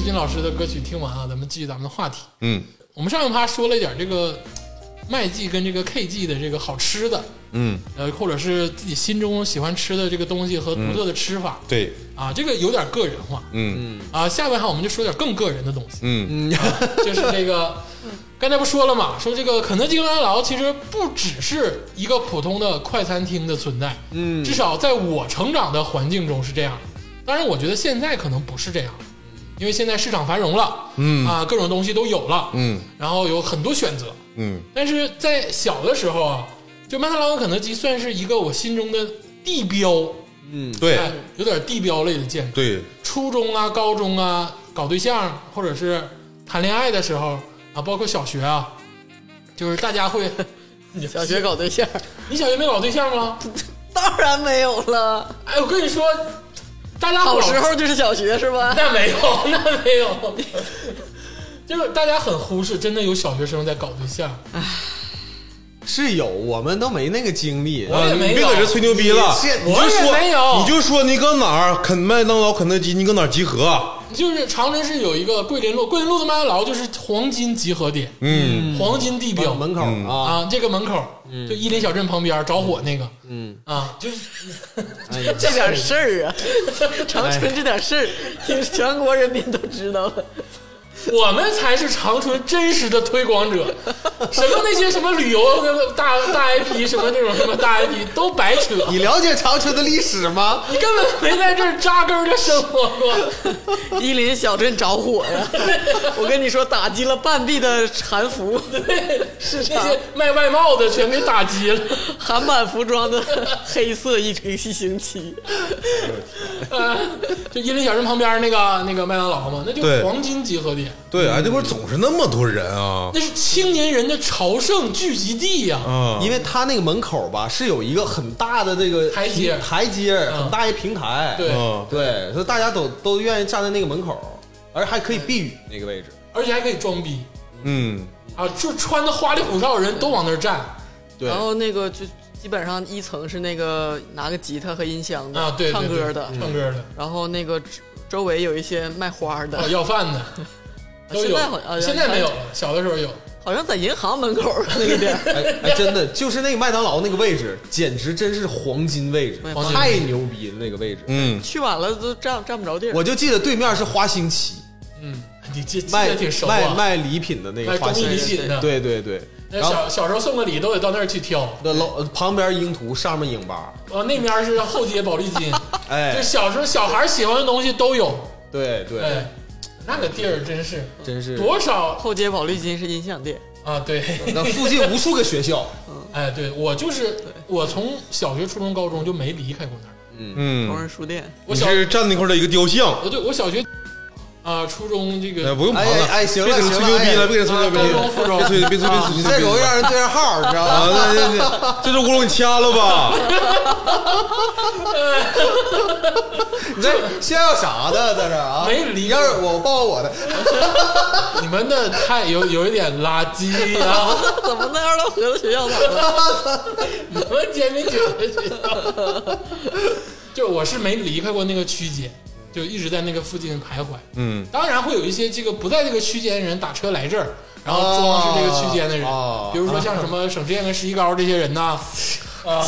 新老师的歌曲听完啊，咱们继续咱们的话题。
嗯
我们上一趴说了一点这个麦记跟这个 KG 的这个好吃的，
嗯，
呃，或者是自己心中喜欢吃的这个东西和独特的吃法、
对，
啊，这个有点个人化
嗯
啊。下半场我们就说点更个人的东 西，啊
嗯
就是这个刚才不说了嘛，说这个肯德基麦当劳其实不只是一个普通的快餐厅的存在，
嗯
至少在我成长的环境中是这样的。当然，我觉得现在可能不是这样，因为现在市场繁荣了，
嗯
啊，各种东西都有了，
嗯
然后有很多选择。
嗯
但是在小的时候啊，就麦当劳、肯德基算是一个我心中的地标，
嗯，
对
哎，有点地标类的建筑。
对，
初中啊、高中啊，搞对象或者是谈恋爱的时候啊，包括小学啊，就是大家会，你
小学搞对象，
你小学没搞对象 吗？
当然没有 了。
哎，我跟你说，大家
好
老
时候就是小学是 吧？
那没有，那没有， 就是大家很忽视，真的有小学生在搞对象。
是有，我们都没那个经历。
我也
啊
没
你别
有
搁这吹牛逼了，
你是
你就
我也
说
没有
你就说你搁哪儿肯麦当劳、肯德基，你搁哪儿集合？
就是长春市有一个桂林路，桂林路的麦当劳就是黄金集合点，
嗯
黄金地标
门口啊，
啊，这个门口就伊林小镇旁边着火那个，
嗯
啊，就是
哎呀，
这点事儿啊，长
哎
春这点事 儿，听全国人民都知道了。
我们才是长春真实的推广者， 什么那些什么旅游那个大大 IP 什么那种什么大 IP 都白扯，
你了解长春的历史吗？
你根本没在这儿扎根的生活过。
伊林小镇着火 呀、我跟你说，打击了半壁的韩服 市
那
场，
些卖外贸的全给打击了。
韩版服 装的黑色一一星期。
呃就伊林小镇旁边那个那个麦当劳嘛，那就
对
黄金集合点，
对，哎，这块儿总是那么多人啊
那是青年人的朝圣聚集地呀、
啊！
因为他那个门口吧是有一个很大的这个
台阶嗯
平台阶很大一平台，
对
啊
对，所以大家都都愿意站在那个门口，而还可以避雨那个位置。
而且还可以装逼
嗯，
啊，就穿的花里胡哨的人都往那儿站
对
然后那个就基本上一层是那个拿个吉他和音箱的，
啊，对，对
唱
对
歌的，
唱歌的，
然后那个周周围有一些卖花的，
啊，要饭的。都哦
现
有
在好呃像，
现在没有了，小的时候有。
好像在银行门口那个点儿。
哎哎，真的就是那个麦当劳那个位置，简直真是黄金位置
黄
金，
太牛逼了那个位置。
嗯，
去晚了都站站不着地儿。
我就记得对面是花兴旗
嗯，你这记
卖
得挺熟
卖
啊，
卖礼品的那
卖
个花
工
兴
艺礼
旗，
品的。，
对对对。
那
然后
小小时候送个礼都得到那儿去挑。
那楼旁边鹰图，上面影吧，
呃，那面是后街宝丽金，就
哎，
小时候小孩喜欢的东西都有。
对对
哎，，那个地儿真是
真是
多少
后街宝丽金是音像店，
啊？对，
那附近无数个学校，
哎，对我就是我从小学、初中、高中就没离开过那儿。
同
嗯，
仁书店，
我
你
小
是站那块儿的一个雕像，
我对我小学啊、初中这
哎，
个
不用盘了，
哎哎行了
别给他吹牛逼了，别给他吹牛逼
高中附
了，
中
别吹，别吹，别吹，别
你再
吹
给我
牛逼了
让人对上号，你知道
啊！
吗？
那那那，这只轱辘你掐了 吧？
你这炫耀啥呢？在这儿啊？
没理
你要是我报我的，
你们的太有有一点垃 圾啊！
怎么在二道河的学校咋
嗯
了？
你们煎饼酒的学校， 就我是没离开过那个区间，就一直在那个附近徘徊。
嗯，
当然会有一些这个不在这个区间的人打车来这儿，然后
啊
装是这个区间的人，
哦哦
比如说像什么省实验跟十一高这些人呐，啊，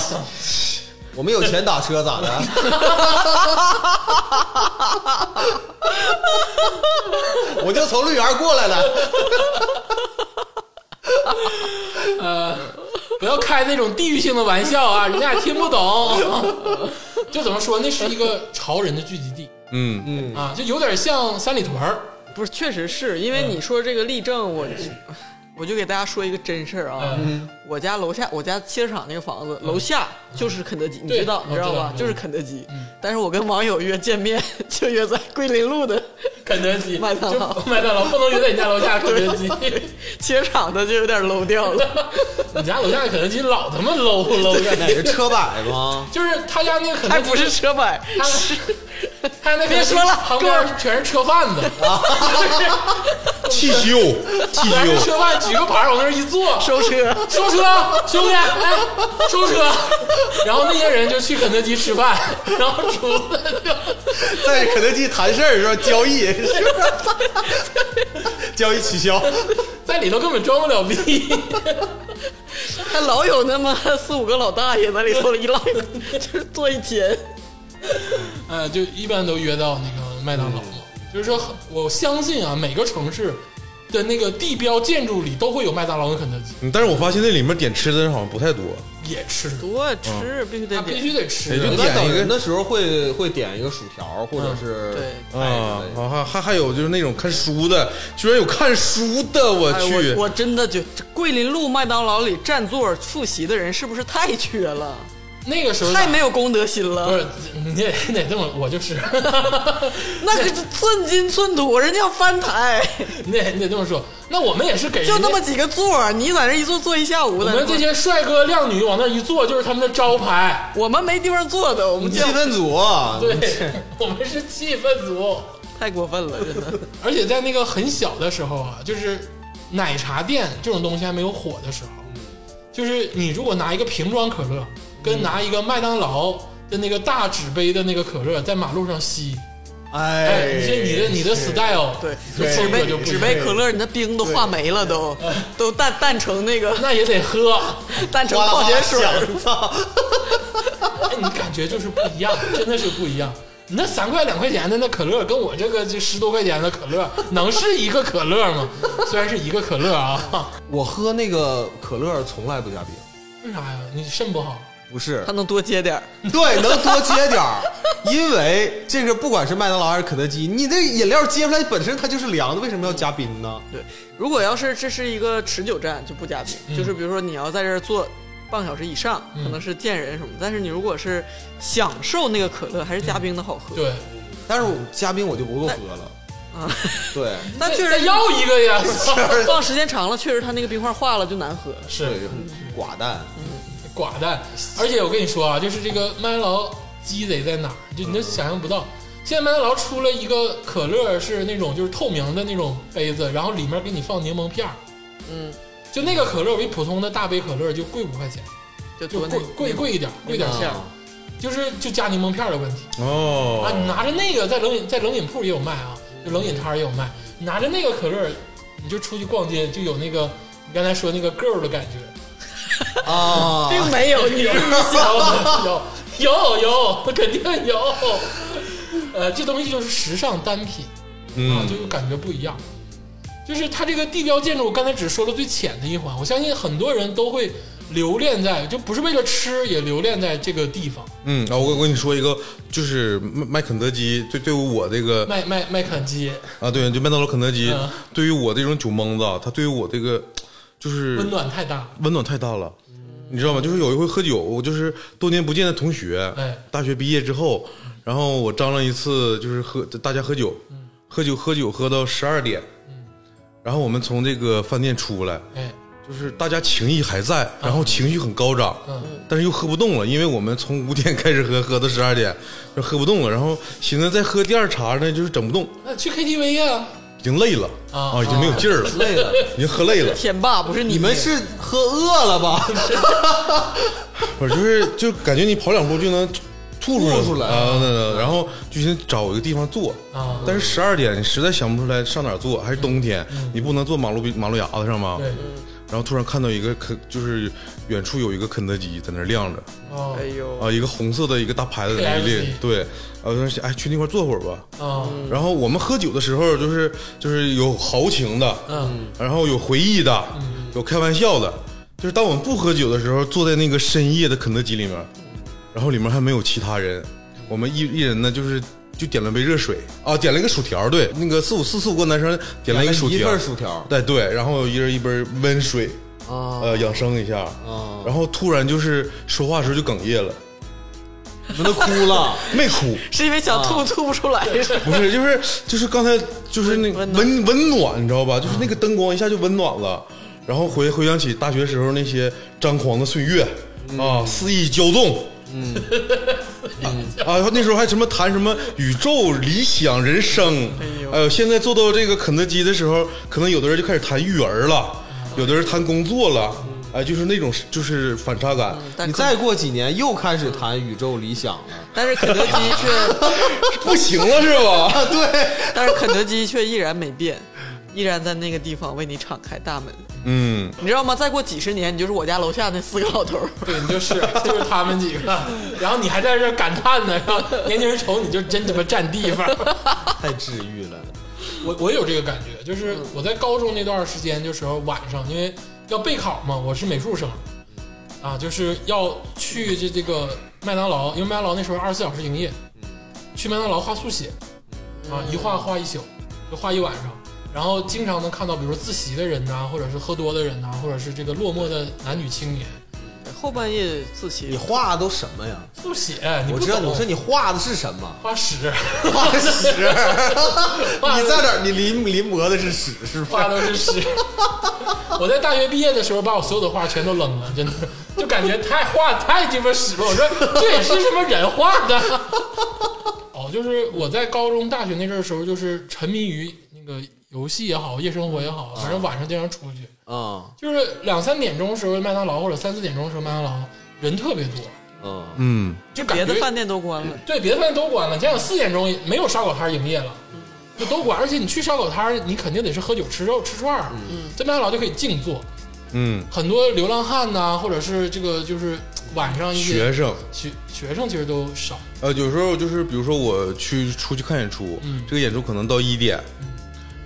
我们有钱打车咋的？我就从绿园过来了，
不要开那种地域性的玩笑啊， 人家也听不懂。 就怎么说，那是一个潮人的聚集地
嗯嗯
啊，就有点像三里屯儿。
不是，确实是因为你说这个例证，我就
嗯
我就给大家说一个真事儿啊。我家楼下，我家汽车厂那个房子，楼下就是肯德基，你
对
知道
我
你知道
知道
吧？
嗯
就是肯德基。但是我跟网友约见面，就约在桂林路的
肯德基、
麦当劳
就麦当劳不能约在你家楼下肯德基，
汽车厂的，就有点 low 掉了。
你家楼下肯德基老他妈 low low
哪
的，
是车摆吗？
就是他家那个肯
还
德基
不是车摆，
他
是
看那边
别说了啊
旁边全是车贩子，
汽修，汽
全是
修，
车贩，举个牌儿往那儿一坐，
收车。
收车，兄弟，哎，收车。然后那些人就去肯德基吃饭，然后厨子就
在肯德基谈事儿是吧？交易是吧？交易取消，
在里头根本装不了 逼。
还老有那么四五个老大爷在里头一拉， 就是坐一间。
呃，就一般都约到那个麦当劳嘛。
嗯
就是说，我相信啊，每个城市的那个地标建筑里都会有麦当劳跟肯德基，
嗯但是我发现那里面点吃的人好像不太多，
也吃，
多吃必须得
他必
点，
须得吃
也。就点
一般
一个
等人的时候会会点一个薯条或者是
嗯对
啊
哎，
啊还还还有就是那种看书的，居然有看书的，我
哎
去
我，我真的觉得这桂林路麦当劳里占座复习的人是不是太缺了，
那个时候
太没有公德心
不
了？
是你得你得这么，我就吃。
那可是寸金寸土，人家要翻台，
你得你得这么说。那我们也是给人家
就那么几个座儿，你在那一坐坐一下午
我
在那
们
坐。
这些帅哥靓女往那一坐，就是他们的招牌。
我们没地方坐的，我们
气
这样
氛组啊，
对，
嗯
我们是气氛组。
太过分了，真的。
而且在那个很小的时候啊，就是奶茶店这种东西还没有火的时候，就是你如果拿一个瓶装可乐，跟拿一个麦当劳的那个大纸杯的那个可乐在马路上吸，哎，
哎，
你这你的你的 style
对，
就
纸
风格就
杯
不
纸
一
杯
样，
可乐，你那冰都化没了，都都淡淡成那个
那也得喝，啊
淡成
哗啦
矿
哗
泉
啦
水。
响，操！
哎，你感觉就是不一样，真的是不一样。你那三块两块钱的那可乐，跟我这个这十多块钱的可乐， 能是一个可乐吗？虽然是一个可乐啊，
我喝那个可乐从来不加冰，
为啥呀？你肾不好。
不是
他，能多接点儿，
对，能多接点儿，因为这个不管是麦当劳还是肯德基，你这饮料接出来本身它就是凉的，为什么要加冰呢？
对，如果要是这是一个持久战，就不加冰。
嗯
就是比如说你要在这儿坐半个小时以上，可能是见人什么。但是你如果是享受那个可乐，还是加冰的好喝。
对，
但是我加冰我就不够喝了，
啊，
对，
但确
再
实
要一个 呀！
放时间长了，确实它那个冰块化了就难喝。
对，
是
就很寡淡。
寡淡，而且我跟你说啊，就是这个麦当劳鸡贼在哪儿，就你都想象不到。现在麦当劳出了一个可乐，是那种就是透明的那种杯子，然后里面给你放柠檬片儿。
嗯，
就那个可乐比普通的大杯可乐就贵五块钱，
就
就
多那
贵贵贵一点，贵点馅儿，就是就加柠檬片儿的问题啊。你
哦，
拿着那个在冷饮在冷饮铺也有卖啊，就冷饮摊也有卖。你拿着那个可乐，你就出去逛街，就有那个你刚才说那个 girl 的感觉。
嗯
啊，
并没有你
有有有，肯定有。呃，这东西就是时尚单品啊，
嗯，
就感觉不一样。就是它这个地标建筑，我刚才只说了最浅的一环，我相信很多人都会留恋在，就不是为了吃，也留恋在这个地方。
嗯，啊，我我跟你说一个，就是麦麦肯德基对对于我这个
麦麦麦肯基，
啊，对，就麦当劳、肯德基
嗯，
对于我这种酒蒙子，啊，他对于我这个就是
温暖嗯太大，
温暖太大了，你知道吗？就是有一回喝酒，我就是多年不见的同学，
哎
大学毕业之后，然后我张罗一次，就是喝大家喝酒，
嗯
喝酒喝酒喝到十二点，然后我们从这个饭店出来，
哎，
就是大家情谊还在，然后情绪很高涨，
嗯
但是又喝不动了，因为我们从五点开始喝，喝到十二点，就喝不动了。然后寻思再喝第二茬呢，就是整不动，
那去 KTV 呀、
已经累了
啊
已经没有劲儿了，
累了。
已经喝累 了。
天霸不是你
你们是喝饿了吧？
不是，就是就感觉你跑两步就能吐出来，
吐出来
啊，那个然后就先找一个地方坐
啊
但是十二点你实在想不出来上哪儿坐，还是冬天，你不能坐马路边马路牙子上吗？
对。
然后突然看到一个肯，就是远处有一个肯德基在那儿亮着，
哦
哎呦
啊，一个红色的一个大牌子在那里
KFC
对，啊，我说哎，去那块儿坐会儿吧。
哦，
嗯
然后我们喝酒的时候，就是就是有豪情的，
嗯，
然后有回忆的，
嗯
有开玩笑的，就是当我们不喝酒的时候，坐在那个深夜的肯德基里面，
嗯
然后里面还没有其他人，我们一一人呢就是就点了杯热水啊，点了一个薯条，对，那个四五四四五个男生点了一个薯
一
条
份，薯条
对对，然后一人一杯温水，
啊
呃，养生一下，
啊，
然后突然就是说话的时候就哽咽了，
你们都哭了。
没哭，
是因为想
啊
吐吐不出 来，是
不是，就是就是刚才就是那
温
温温暖，你知道吧？就是那个灯光一下就温暖了，嗯然后回回想起大学时候那些张狂的岁月啊，肆意骄纵，啊，那时候还什么谈什么宇宙、理想、人生，哎呦，现在做到这个肯德基的时候，可能有的人就开始谈育儿了，有的人谈工作了，哎，就是那种就是反差感。
但
你
可
再过几年又开始谈宇宙理想 了
但是肯德基却，
不行了是吧？
啊！对，
但是肯德基却依然没变，依然在那个地方为你敞开大门。
嗯，
你知道吗？再过几十年，你就是我家楼下那四个老头儿。
对你就是就是他们几个，然后你还在这儿感叹呢，然后年轻人瞅你就真他妈占地方。
太治愈了。
我我有这个感觉，就是
嗯
我在高中那段时间，就时候晚上，因为要备考嘛，我是美术生，
嗯
啊，就是要去这这个麦当劳，因为麦当劳那时候二十四小时营业，
嗯
去麦当劳画速写，啊，一画画一宿，就画一晚上，然后经常能看到，比如说自习的人呐、或者是喝多的人呐、或者是这个落寞的男女青年
后半夜自习，
你画的都什么呀？
速写，你
我
不
知道，
懂，
我说你画的是什么？
画屎，
画的屎。
画
你在哪儿？你临临摹的是屎是
画
吧？
都是屎。我在大学毕业的时候，把我所有的画全都扔了，真的，就感觉太画太鸡巴屎了。我说这也是什么人画的？哦，就是我在高中、大学那阵儿的时候，就是沉迷于那个游戏也好，夜生活也好，反正晚上经常出去，
啊
就是两三点钟的时候麦当劳，或者三四点钟的时候麦当劳人特别多，
嗯
嗯，
就感
别
觉
的饭店都关了。
对，别的饭店都关了，现在四点钟没有烧烤摊营业了，就都关。而且你去烧烤摊儿，你肯定得是喝酒、吃肉、吃串儿。嗯，在麦当劳就可以静坐，
嗯，
很多流浪汉呐、或者是这个就是晚上一些
学生，
学学生其实都少。
呃，有时候就是比如说我去出去看演出，
嗯
这个演出可能到一点，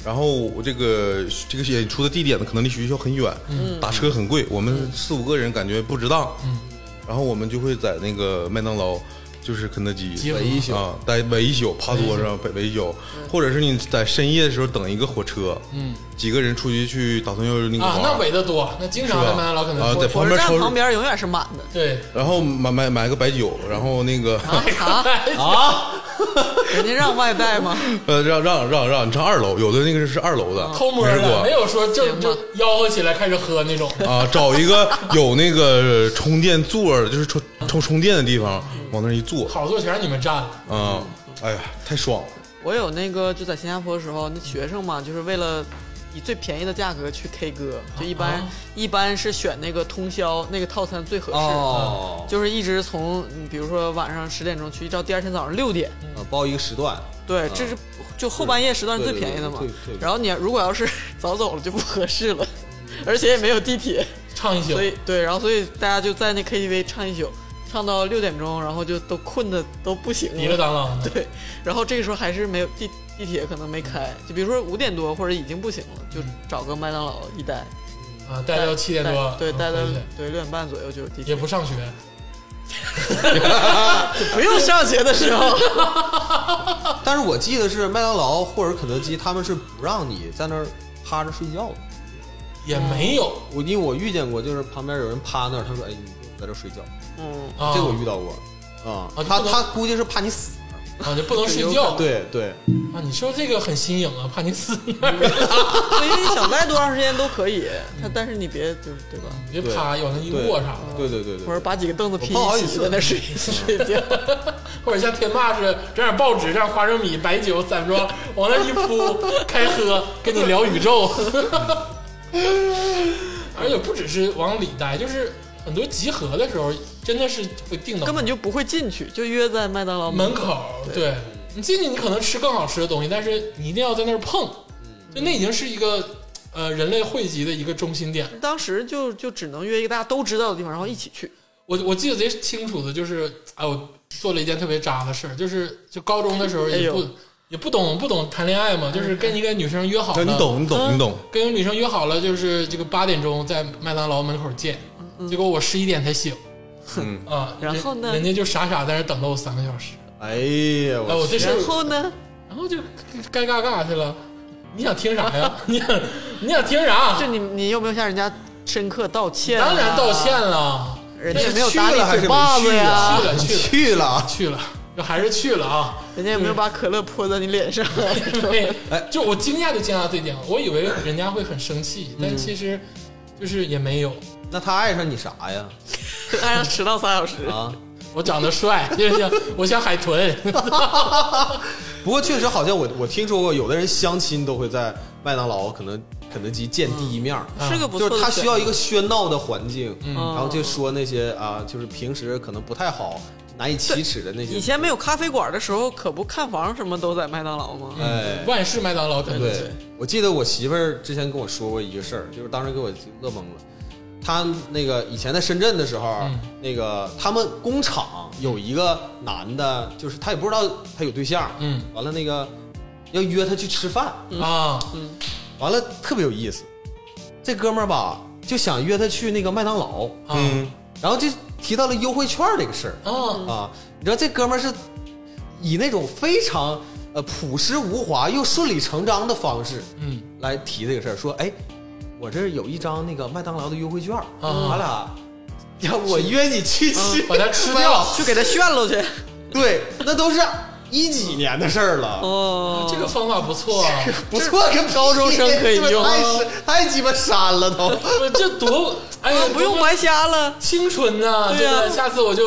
然后我这个这个演出的地点呢，可能离学校很远，
嗯
打车很贵，我们四五个人感觉不值当，然后我们就会在那个麦当劳。就是肯德基
集合
围一宿啊，待围一宿，趴桌上围一宿，或者是你在深夜的时候等一个火车，
嗯
几个人出去去打通宵那个
啊，那
玩
围的多，那经常
嗯是
在
吧
麦当劳可能
啊
多
对
火
旁
车
边
站
超市
旁边永远是满的。
对
然后买买买个白酒，然后那个
哎
啊，
啊！
人家让外带吗？
呃，让让让让你上二楼，有的那个是二楼的，
啊偷摸
没吃
的，
过
没有说就
行吧
就吆喝起来开始喝那种。
啊，找一个有那个充电座儿，就是充充充电的地方，往那儿一坐
好座全让你们占了，
啊，哎呀，太爽了！
我有那个就在新加坡的时候，那学生嘛，就是为了以最便宜的价格去 K 歌，就一般、一般是选那个通宵那个套餐最合适。
哦，
就是一直从，嗯比如说晚上十点钟去，到第二天早上六点，
啊包一个时段，
啊
对，这是就后半夜时段是最
对对
便宜的嘛
对对对对。
然后你如果要是 早走了就不合适了，
嗯
而且也没有地铁，
唱一宿
所。以对，然后所以大家就在那 KTV 唱一宿，唱到六点钟，然后就都困的都不行
滴了
了。
当啷的，
对，然后这个时候还是没有地地铁可能没开，就比如说五点多或者已经不行了，就找个麦当劳一待，
啊，嗯待到七点多，
对，
嗯
待到
回去
对六点半左右就有地
也
铁，
不上学，
不用上学的时 候。
但是我记得是麦当劳或者肯德基，他们是不让你在那儿趴着睡觉的。
也
嗯
没有
我因为我遇见过，就是旁边有人趴那儿，他说：“哎，你在这儿睡觉。
嗯，
啊，
这个我遇到过
啊
啊
就不，
他
能
他估计是怕你死。
啊，就不能睡觉。
对对，
啊，你说这个很新颖啊，怕你死那儿，
对，因为你想待多长时间都可以，
嗯
他但是你别就是对吧？
别趴有那一
对
卧啥的。
对对对对
或
对，
者把几个凳子拼
我不好
一
意
起
思
在那睡睡觉。
或者像天霸似的，整点报纸，整点花生米、白酒、散装，往那一铺，开喝，跟你聊宇宙。而且不只是往里待，就是很多集合的时候，真的是会定到
根本就不会进去，就约在麦当劳
门。口。对你进去，你可能吃更好吃的东西，但是你一定要在那儿碰，就那已经是一个呃人类汇集的一个中心点。
当时就就只能约一个大家都知道的地方，然后一起去。
我我记得贼清楚的，就是哎，我做了一件特别渣的事儿，就是就高中的时候
哎
也
呦
不、也不懂不懂谈恋爱嘛，就是跟一个女生约好了，
哎你懂，你懂，你懂，
跟一个女生约好了，就是这个八点钟在麦当劳门口见，结果我十一点才醒，
嗯
啊，
嗯 然后呢
人人家就傻傻在那儿等了我三个小时，
哎呀，
哎，
我
我这事儿
然，后呢，
然后就该尬尬去了。你想听啥呀？你想你想听啥
就？你你有没有向人家深刻道歉、啊
当然道歉，了，
人家也没有
去
打
了还是
你
没
嘴巴
去
子
啊
呀
去，了
你
去了
去了。
去了，就还是去了啊。
人家也没有把可乐泼在你脸上。
对，哎就我惊讶就惊讶这一点，我以为人家会很生气，但
嗯
其实就是也没有。
那他爱上你啥呀？
爱上迟到仨小时，
啊，
我长得帅，就是我像海豚，
不过确实好像我我听说过，有的人相亲都会在麦当劳、可能肯德基见第一面儿。
是个嗯不
就
错
是
的
他
选
需要一个喧闹的环境，
哦
嗯然后就说那些啊，就是平时可能不太好、难以启齿的那些。
以前没有咖啡馆的时候，可不看房什么都在麦当劳吗？
哎，
万事麦当劳肯德基
对，我记得我媳妇儿之前跟我说过一个事儿，就是当时给我乐懵了。她那个以前在深圳的时候，
嗯
那个他们工厂有一个男的，就是他也不知道他有对象，
嗯，
完了那个要约他去吃饭，
啊，
嗯
完了特别有意思。这哥们儿吧，就想约他去那个麦当劳，
啊
嗯，
然后就提到了优惠券这个事儿，
啊，
啊，你知道这哥们儿是以那种非常呃朴实无华又顺理成章的方式，
嗯，
来提这个事儿，说哎，我这儿有一张那个麦当劳的优惠券儿，
啊
咱俩要我约你去吃，
嗯
把它吃
麦当劳
掉。
去给他炫了去。
对，那都是一几年的事儿了。
哦，
这个方法不错啊，
不错，跟高
中生可以用
太是太鸡巴删了都。
不这多 哎呀，
啊不用白瞎了。
青春呐，
对啊哎
真的下次我就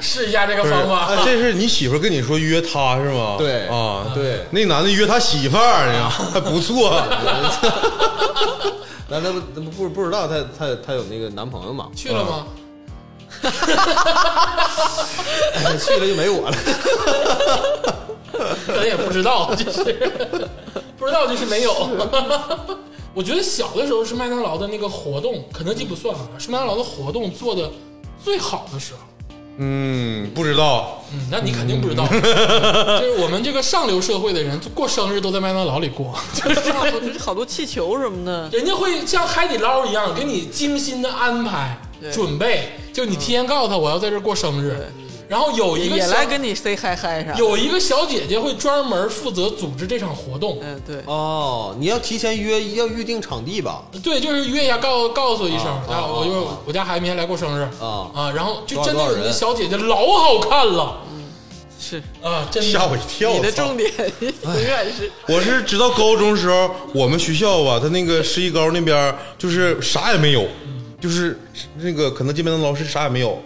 试一下这个
不是
方法。
哎这是你媳妇儿跟你说约他是吗？
对
啊，
对
那男的约他媳妇儿哎呀，还不 错。
那那不那不不不知道她她她有那个男朋友吗？
去了吗？
去了就没我了。
可能也不知道，就是不知道就是没有。我觉得小的时候是麦当劳的那个活动，肯德基不算啊，是麦当劳的活动做的最好的时候。
嗯，不知道，
嗯，那你肯定不知道，
嗯
就是我们这个上流社会的人过生日都在麦当劳里过，
就是好多气球什么的，
人家会像海底捞一样给你精心的安排
对嗯
准备，就你提前告诉他我要在这儿过生日，然后有一个
也
小
来跟你 say hi hi 啥的。
有一个小姐姐会专门负责组织这场活动，
嗯，对，
哦，你要提前约，要预定场地吧？
对，就是约一下，告告诉一声，
啊
啊，我
啊
就
啊
我家孩子明天来过生日
啊
啊，然后就
多少
真的
多少
有那
人
小姐姐老好看了
嗯
是
啊，真
吓
的
我一跳。
你的
操
重点永远是
我是直到高中时候，我们学校吧，他那个十一高那边儿就是啥也没有，就是那个肯德基、麦当劳是啥也没有。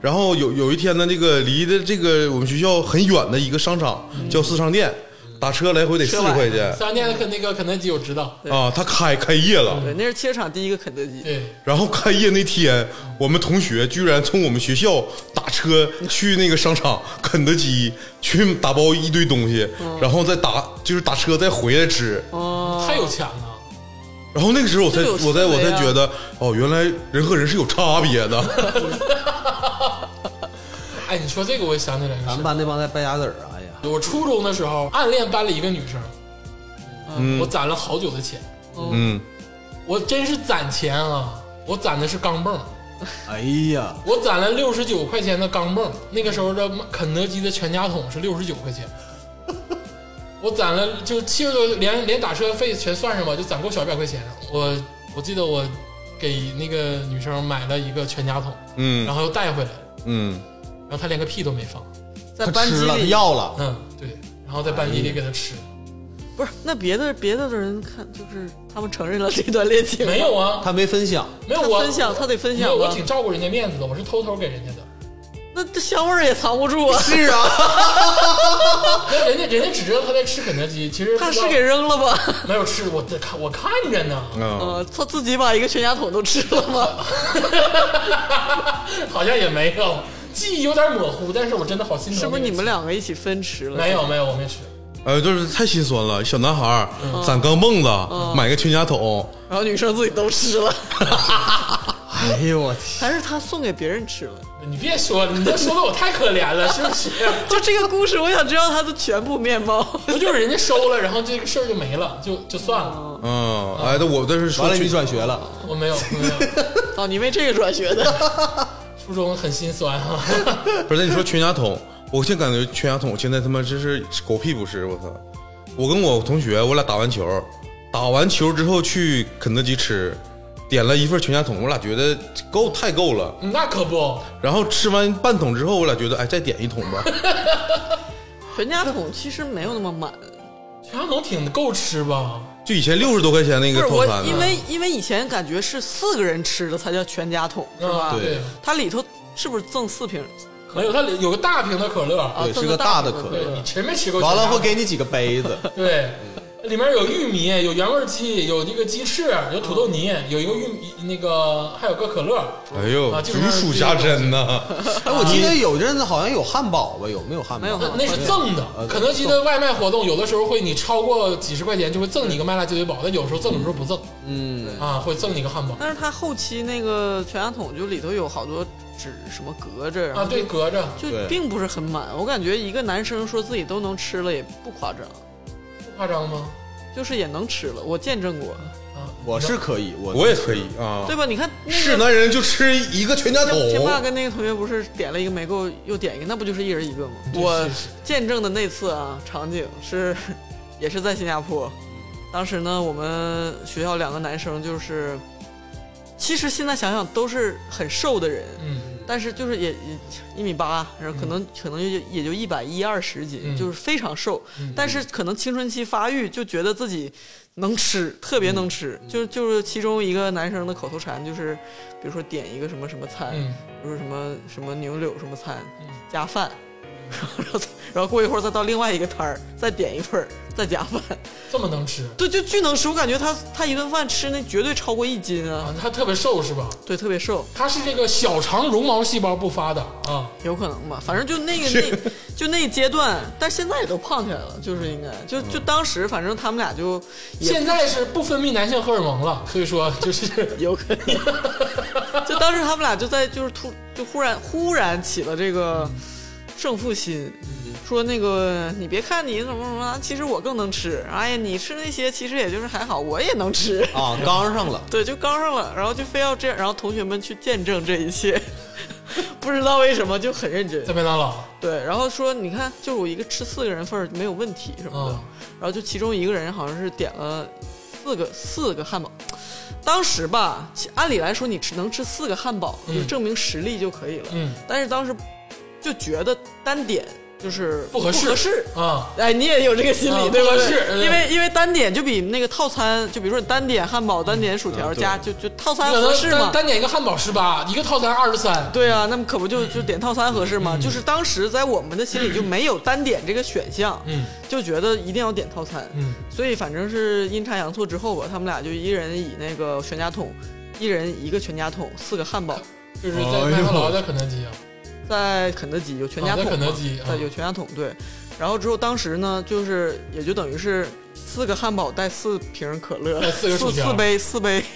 然后有有一天呢，这个离的这个我们学校很远的一个商场叫四商店，打嗯车来回得四
车
十
晚
块钱
三店的肯那个肯德基我知道，
啊，他开开业了。
对，那是汽车厂第一个肯德基，
对，
然后开业那天，我们同学居然从我们学校打车去那个商场肯德基去打包一堆东西，然后再打就是打车再回来吃。啊
太有钱了，
然后那个时候我才
这有
我才我才
思维啊
觉得哦，原来人和人是有差别的。
哎，你说这个我也想起来一个
咱
事
们班那帮在掰鸭子儿，哎呀，
儿，我初中的时候暗恋班里一个女生，
嗯
我攒了好久的钱，
嗯，
我真是攒钱啊，我攒的是钢镚儿。
哎呀，
我攒了六十九块钱的钢镚儿，那个时候的肯德基的全家桶是六十九块钱，我攒了就七十多，连连打车费全算上吧，就攒够小一百块钱。我我记得我给那个女生买了一个全家桶，
嗯
然后又带回来，
嗯，哦
然后她连个屁都没放，
在
他
班级
吃了，他
里
要了，
嗯，对，然后在班级里给她吃，
不是那别的别的人看，就是他们承认了这段恋
哎
情，
没有啊，
他没分享，
没有
他
我
分享，他得分
没
享
有，我
啊
挺照顾人家面子的，我是偷偷给人家的。
那这香味儿也藏不住啊，
是啊，
那人家人家只知道她在吃肯德基，其实不
他
知
是
道
给扔了吧？
没有吃，我在看我看着呢。
啊，
呃，他自己把一个全家桶都吃了吗？
好像也没有，记忆有点模糊，但是我真的好心疼。
是不是你们？两个一起分吃了？
没有没有，我没吃。
呃，就是太心酸了。小男孩儿
嗯
攒钢镚子，买个全家桶，
然后女生自己都吃了，
哎呦我天，
还是他送给别人吃了？
你别说了，你这说的我太可怜 了，是不是？
就这个故事，我想知道他的全部面貌。
不就是人家收了，然后这个事儿就没了，就就算
哦
了。
嗯，哎，那我但是说
完了
去
你转学了，
我没有没有，
哦，你为这个转学的？
初中很心酸啊。
不是，那你说全家桶，我现在感觉全家桶现在他妈真是狗屁不是，我操！我跟我同学，我俩打完球，打完球之后去肯德基吃，点了一份全家桶，我俩觉得够太够了。
那可不，
然后吃完半桶之后，我俩觉得哎，再点一桶吧。
全家桶其实没有那么满，
全家桶挺够吃吧？
就以前六十多块钱那
不
个
是
套
我
餐，
因
呢，
为因为以前感觉是四个人吃的才叫全家桶，是吧？
啊，对，
它里头是不是赠四瓶
没有，它里有个大瓶的可乐，
啊
对，
这
是
么
个
大
大
的
的
可
可
乐
对
乐
你，吃没吃过？
完了会给你几个杯 子，
对，里面有玉米，有原味鸡，有那个鸡翅，有土豆泥，有一个玉米，那个还有个可乐，
哎呦，
啊就是
如数家珍呐、
哎，我记得有阵子好像有汉堡吧？有没有汉堡？
没有
那那是赠的。肯德基的外卖活动有的时候会，你超过几十块钱就会赠你一个麦辣鸡腿堡，但有时候赠，有时候不赠
嗯，
啊，会赠你一个汉堡
但是它后期那个全家桶就里头有好多纸什么隔着，然
啊，
后
对，隔着
就
对
并不是很满。我感觉一个男生说自己都能吃了也不夸张，
不夸张吗？
就是也能吃了，我见证过，
啊，
我是可以，我
我也可以啊。
对吧？你看那个
是男人就吃一个全家桶，
天霸跟那个同学不是点了一个没够，又点一个，那不就是一人一个吗？我见证的那次啊，场景是 也是在新加坡，当时呢，我们学校两个男生就是，其实现在想想都是很瘦的人，
嗯，
但是就是也也一米八，然后可能、可能也就也就一百一二十斤，
嗯
就是非常瘦。
嗯
但是可能青春期发育就觉得自己能吃，
嗯
特别能吃。就就是其中一个男生的口头禅就是，比如说点一个什么什么餐，
嗯
比如说什么什么牛柳什么餐
嗯
加饭， 然后然后过一会儿再到另外一个摊儿再点一份儿再加饭，
这么能吃
对，就巨能吃。我感觉他他一顿饭吃那绝对超过一斤啊，
啊？他特别瘦是吧？
对，特别瘦。
他是这个小肠绒毛细胞不发达啊，
有可能吧，反正就那个那就那一阶段，但现在也都胖起来了，就是应该就就当时反正他们俩就也
嗯现在是不分泌男性荷尔蒙了，所以说就是
有可能， 就当时他们俩就在就是突就忽然忽然起了这个胜负心，说那个你别看你怎么怎么啊，其实我更能吃，哎呀你吃那些其实也就是还好，我也能吃，
啊，刚上了。
对，就刚上了，然后就非要这样，然后同学们去见证这一切， 不知道为什么就很认真
在，麦当劳
对，然后说你看，就是我一个吃四个人份儿没有问题什么的，
啊
然后就其中一个人好像是点了四个四个汉堡，当时吧，其按理来说你吃能吃四个汉堡，就
嗯
证明实力就可以了，
嗯
但是当时就觉得单点就是
不合适
不合适。
啊，
哎，你也有这个心理，
啊
对
不
吧？
合适对
因为因为单点就比那个套餐，就比如说你单点汉堡、单点薯条加，就就套餐
啊你可
合
能
适嘛
单？单点一个汉堡十八，一个套餐二十三，
对啊，那么可不就就点套餐合适吗？
嗯
就是当时在我们的心里就没有单点这个选项，
嗯
就觉得一定要点套餐，
嗯
所以反正是阴差阳错之后吧，他们俩就一人以那个全家桶，一人一个全家桶，四个汉堡，
就是在麦当劳，在肯德基啊，
在肯德基有全家桶
啊
嘛，
在肯德基啊
对有全家桶对，然后之后当时呢，就是也就等于是四个汉堡带四瓶可乐，
带四个薯条
四杯四杯。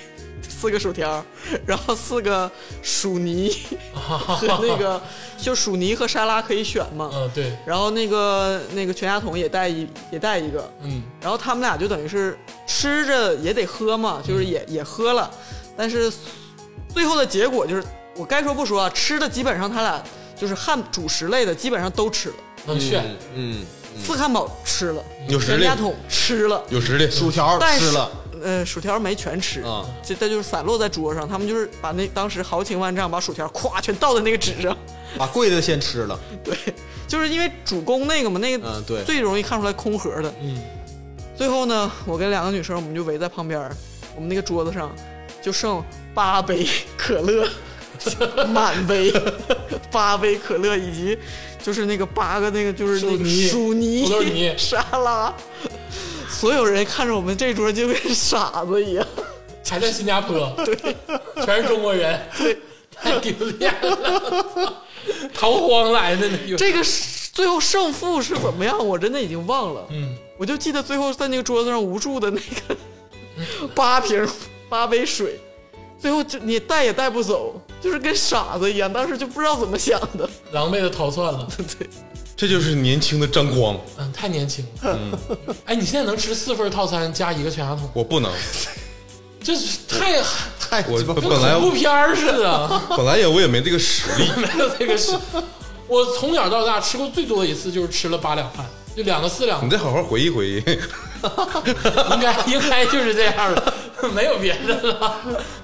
四个薯条，然后四个薯泥 和那个，就薯泥和沙拉可以选嘛。
嗯对，
然后那个那个全家桶也带一也带一个，
嗯
然后他们俩就等于是吃着也得喝嘛，就是也、也喝了，但是最后的结果就是，我该说不说啊，吃的基本上他俩就是汉主食类的基本上都吃了，
能炫，
嗯，
四汉堡吃了，
有实
全
力
家，桶吃了，
有实力。
薯条
但
吃
是
了
嗯
呃，薯条没全吃。
啊，
这这就是散落在桌上，他们就是把那当时豪情万丈把薯条咵全倒在那个纸上，
把贵的先吃了。
对，就是因为主攻那个嘛，那个
嗯对
最容易看出来空盒的，
嗯
最后呢，我跟两个女生，我们就围在旁边儿，我们那个桌子上就剩八杯可乐，满杯，八杯可乐以及就是那个八个那个就是那个
薯
薯泥、
土豆泥
沙拉，所有人看着我们这桌就跟傻子一样。
还在新加坡，全是中国人，对，太丢脸了， 逃荒来的呢， 有
这个是最后胜负是怎么样，我真的已经忘了。
嗯，
我就记得最后在那个桌子上无助的那个八瓶八杯水，最后就你带也带不走，就是跟傻子一样，当时就不知道怎么想的。
狼狈的逃窜了，
对，
这就是年轻的张光，
嗯，太年轻了，
嗯
哎，你现在能吃四份套餐加一个全家桶，
我不能，
这是太
太
我
鸡巴
本
跟
来
恐怖片儿似的。
本来也我也没这个实力，
没有这个是，我从小到大吃过最多的一次就是吃了八两饭，就两个四两
你，再好好回忆回 忆。
应该应该就是这样了，没有别的了。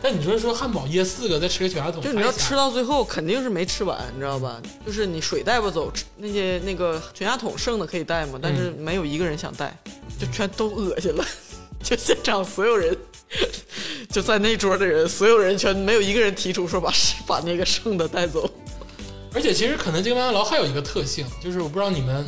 但你说说汉堡噎四个，再吃个全家桶，
就是你要吃
到
到最后肯定是没吃完，你知道吧？就是你水带不走，吃那些那个全家桶剩的可以带嘛，但
嗯
是没有一个人想带，就全都恶心了。 就现场所有人， 就在那桌的人，所有人全没有一个人提出说把把那个剩的带走。
而且其实肯德基、麦当劳还有一个特性，就是我不知道你们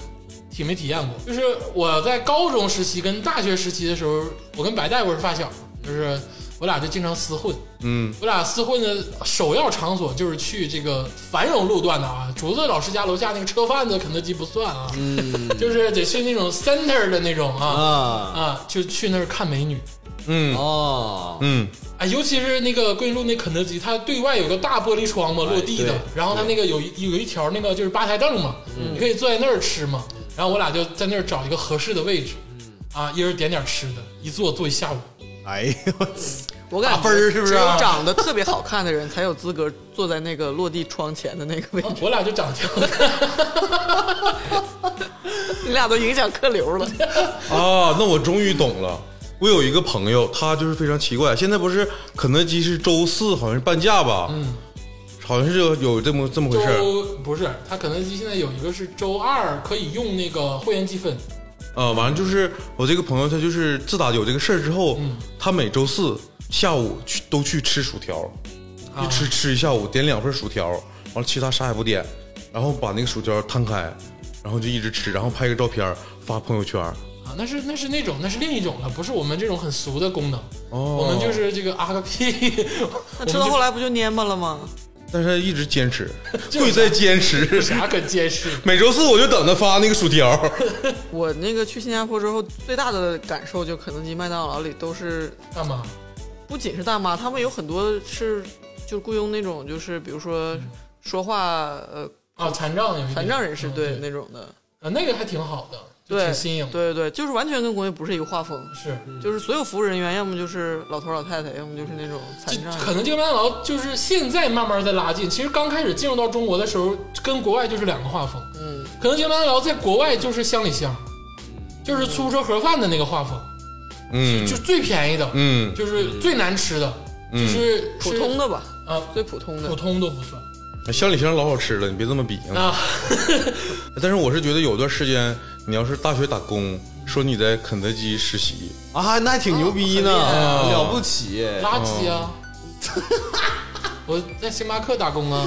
体没体验过，就是我在高中时期跟大学时期的时候，我跟白大夫是发小，就是我俩就经常厮混。
嗯，
我俩厮混的首要场所就是去这个繁荣路段的啊，竹子老师家楼下那个车贩子肯德基不算啊， 就是得去那种 center 的那种啊
啊
啊，就去那儿看美女。
嗯
哦，
嗯，
啊，尤其是那个桂林路那肯德基，它对外有个大玻璃窗
哎
嘛，落地的
对，
然后它那个有一有一条那个就是吧台凳嘛，
嗯
你可以坐在那儿吃嘛。然后我俩就在那儿找一个合适的位置，
嗯
啊，一人点点吃的，一坐坐一下午。
哎呦，
我感
打分儿是
觉
不
只
是
有
啊
长得特别好看的人才有资格坐在那个落地窗前的那个位置
啊。我俩就长得挺好看
你俩都影响客流了，
啊，那我终于懂了。我有一个朋友，他就是非常奇怪。现在不是肯德基是周四好像是半价吧？嗯，好像是有有这么这么回事儿
周不是，它肯德基现在有一个是周二可以用那个会员积分，
啊。完了就是我这个朋友，他就是自打有这个事儿之后，
嗯
他每周四下午去都去吃薯条，
啊
一吃吃一下午，点两份薯条，完了其他啥也不点，然后把那个薯条摊开，然后就一直吃，然后拍个照片儿发朋友圈儿。
啊，那是那是那种那是另一种了，不是我们这种很俗的功能，
哦
我们就是这个啊个屁， 我
那
们
吃
就
到后来不就蔫巴了吗？
但是他一直 坚持，
有
贵在 坚持。
啥可监视？
每周四我就等他发那个薯条。
我那个去新加坡之后，最大的感受就肯德基、麦当劳里都是，
干嘛？
不仅是大妈，他们有很多是就雇佣那种，就是比如说说话呃
啊，残障有一点
残障人士
嗯
对
对
那种的，
啊，那个还挺好的，就
对，
挺新颖的，
对对对，就是完全跟国内不是一个画风，
是。
就是所有服务人员要么就是老头老太太，要么就是那种残
就
障
可
人。
能这个麦当劳就是现在慢慢在拉近，其实刚开始进入到中国的时候，跟国外就是两个画风。
嗯，
可能这个麦当劳在国外就是乡里乡，就是出租车盒饭的那个画风，
嗯
就最便宜的，
嗯
就是最难吃的，就
嗯，
是
普通
的
的吧，
啊，
最普通
普
的。
通都不算
乡里乡老好吃了，你别这么比啊。
啊。
但是我是觉得有段时间，你要是大学打工，说你在肯德基实习，
啊，那还挺牛逼呢，
啊
了不起，
垃圾啊！
哦
我在星巴克打工啊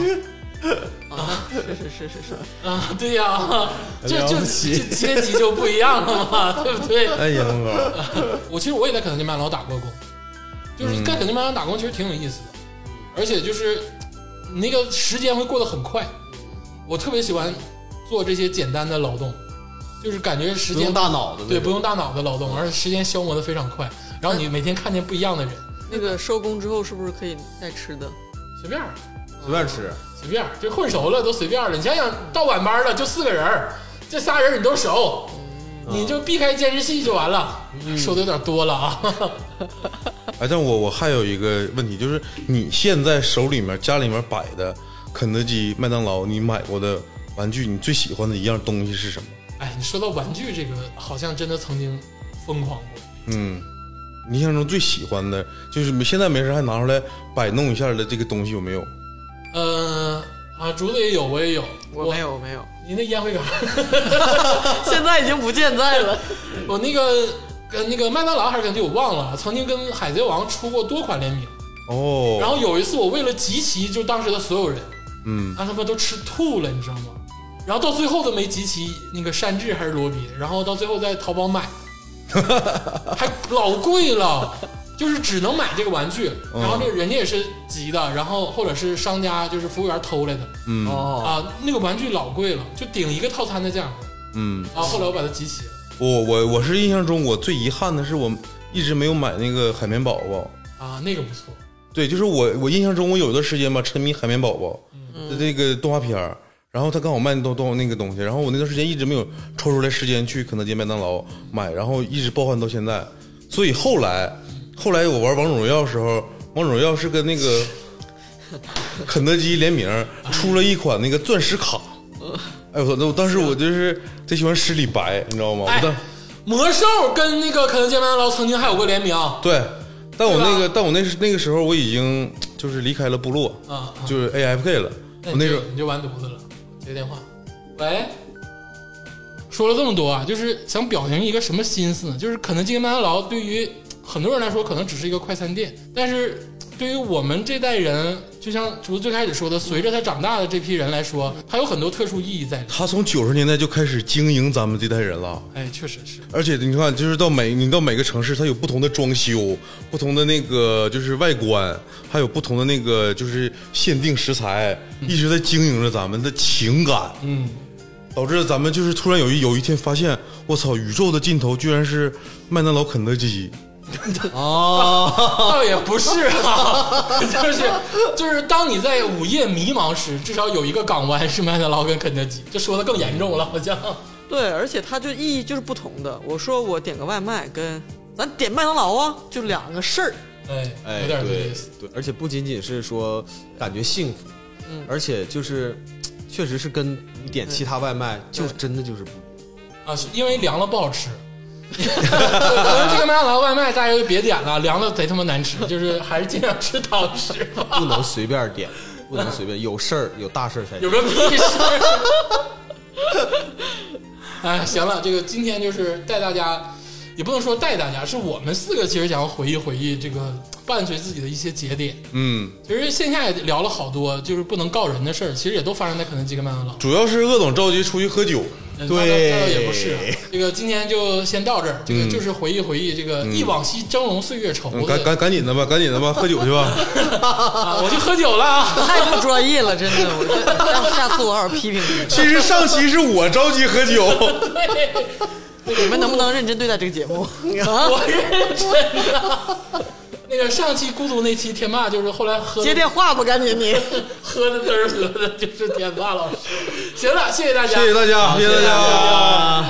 是是是是是，
啊，对呀、
哎
这就
了
就
不起
阶级就不一样了嘛，对不对？
哎呀，孟哥，
我其实我也在肯德基麦当劳打过工，就是
嗯
在肯德基麦当劳打工其实挺有意思的，而且就是你那个时间会过得很快。我特别喜欢做这些简单的劳动，就是感觉时
不
间
用大脑的那种，
对不用大脑的劳动，而且时间消磨的非常快。然后你每天看见不一样的人，
那个收工之后是不是可以带吃的？
随便儿
随便吃，
随便儿就混熟了都随便儿了。你想想到晚班了就四个人儿，这仨人你都熟，
嗯
你
啊
就避开监视器就完了。说的有点多了啊，
哎，但我我还有一个问题，就是你现在手里面家里面摆的肯德基、麦当劳，你买过的玩具，你最喜欢的一样东西是什么？
哎，你说到玩具这个，好像真的曾经疯狂过。
嗯，你印象中最喜欢的就是没现在没事还拿出来摆弄一下的这个东西有没有？
呃啊，竹子也有，我也有，
我没。有，我没有，
你那烟灰缸，
现在已经不健在了。
我那个跟那个麦当劳还是根据我忘了，啊曾经跟海贼王出过多款联名。
哦，
然后有一次我为了集齐就当时的所有人，
嗯，
让他们都吃吐了，你知道吗？然后到最后都没集齐那个山治还是罗宾，然后到最后在淘宝买，还老贵了，就是只能买这个玩具。然后这个人家也是急的，然后或者是商家就是服务员偷来的。
哦，
啊，那个玩具老贵了，就顶一个套餐的价格
嗯，
啊。后来我把它集齐了，
我我我是印象中我最遗憾的是我一直没有买那个海绵宝宝。
啊，那个不错，
对，就是我我印象中我有段时间吧沉迷海绵宝宝
嗯
的这个动画片儿。然后他刚好卖动动那个东西，然后我那段时间一直没有抽出来时间去肯德基、麦当劳买，然后一直抱憾到现在。所以后来，后来我玩王者荣耀的时候，王者荣耀是跟 那个肯德基联
嗯
名出了一款那个钻石卡。哎我操！那我当时我就是贼喜欢十里白，你知道吗？
哎
我当
魔兽跟那个肯德基、麦当劳曾经还有过联名啊
对，但我那
对
个，但我那时那个时候我已经就是离开了部落，
啊。
就是 AFK 了。
那
我
你
那
就
时候
你就完犊子了，接个电话，喂。说了这么多啊，就是想表明一个什么心思呢？就是肯德基、麦当劳对于很多人来说可能只是一个快餐店，但是对于我们这代人，就像竹子最开始说的，随着他长大的这批人来说，它有很多特殊意义在里。
他从九十年代就开始经营咱们这代人了。
哎，确实是，
而且你看，就是到每你到每个城市，它有不同的装修，不同的那个就是外观，还有不同的那个就是限定食材，一直在经营着咱们的情感，
嗯，
导致咱们就是突然有一有一天发现，我操，宇宙的尽头居然是麦当劳、肯德基。
哦，
倒也不是啊， 就是就是，当你在午夜迷茫时，至少有一个港湾是麦当劳跟肯德基，这说的更严重了，好像。
对，而且它就意义就是不同的。我说我点个外卖跟咱点麦当劳啊，就两个事儿。
哎，
哎，
有点这个意思。
对，而且不仅仅是说感觉幸福，
嗯
而且就是确实是跟你点其他外卖，就真的就是不
啊，是因为凉了不好吃。 可能这个麦当劳外卖大家就别点了，凉了贼他妈难吃，就是还是尽量吃堂食吧。
不能随便点，不能随便有事儿有大事儿才
有
点。
个屁事！哎，行了，这个今天就是带大家，也不能说带大家，是我们四个其实想要回忆回忆这个伴随自己的一些节点。
嗯，
其实线下也聊了好多，就是不能告人的事儿，其实也都发生在肯德基跟麦当劳。
主要是鄂总着急出去喝酒，
嗯那
对
倒那倒也不是。啊这个今天就先到这儿，这个就是回忆回忆这个忆往昔峥嵘岁月稠
嗯
的
赶赶赶紧的吧，赶紧的吧，喝酒 去吧。
啊，我去喝酒了啊。
太不专业了，真的，我这下次我好好批评你们，
其实上期是我着急喝酒，
你们能不能认真对待这个节目？啊
我认真的。那个上期孤独那期，天霸就是后来喝
接
的
电话吧，赶紧你。
喝的嘚儿喝的，就是天霸老师。行了，谢谢大家，
谢谢大家，谢谢大家。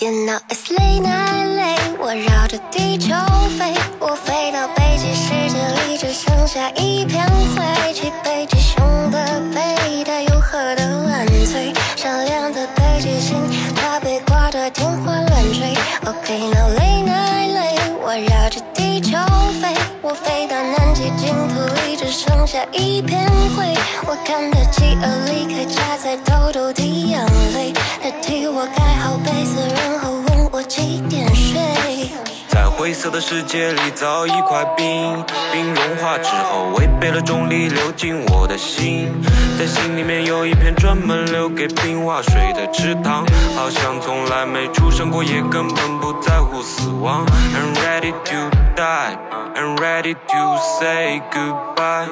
You know it's late night late，我绕着地球飞，我飞到北极世界里只剩下一片灰。去北极熊的背带又何等烂醉，善良的北极星它被刮得天花乱坠。OK，now、late night late，我绕着地球飞，我飞到南极净土里只剩下一片灰。我看着企鹅离开家，在偷偷滴眼泪，它替我盖好被子，然后问我几点睡。
在灰色的世界里，早一块冰，冰融化之后，违背了重力，流进我的心。在心里面有一片专门留给冰化水的池塘，好像从来没出生过，也根本不在乎死亡。I'm ready to die, I'm ready to say goodbye。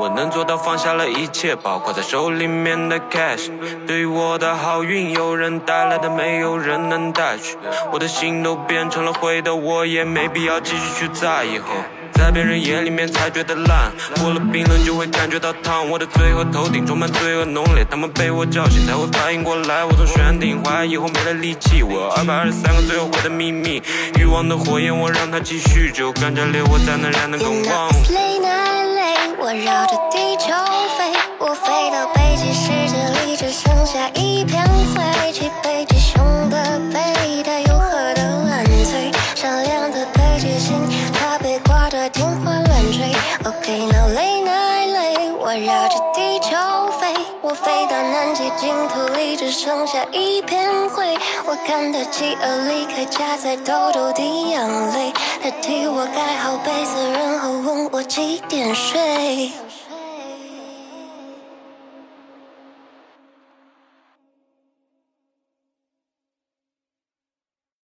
我能做到放下了一切，包括在手里面的 cash。对于我的好运，有人带来的，没有人能带去。我的心都变成了灰的，我也没必要继续去在意后。在别人眼里面才觉得烂，过了冰冷就会感觉到烫。我的嘴和头顶充满罪恶浓烈，他们被我叫醒才会反应过来。我从悬顶怀疑后没了力气，我二百二十三个最后悔的秘密，欲望的火焰我让它继续，只有干柴烈火才能燃得
You
更
know
旺。
it's late night late，我绕着地球飞，我飞到北极世界里只剩下一片灰。去北极熊的背带又何等烂醉，善良的北极星它被刮得天花乱坠。OK，now、late night late，我绕着地球飞，我飞到南极净土里只剩下一片灰。我看得企鹅离开家，在偷偷滴眼泪，它替我盖好被子，然后问我几点睡。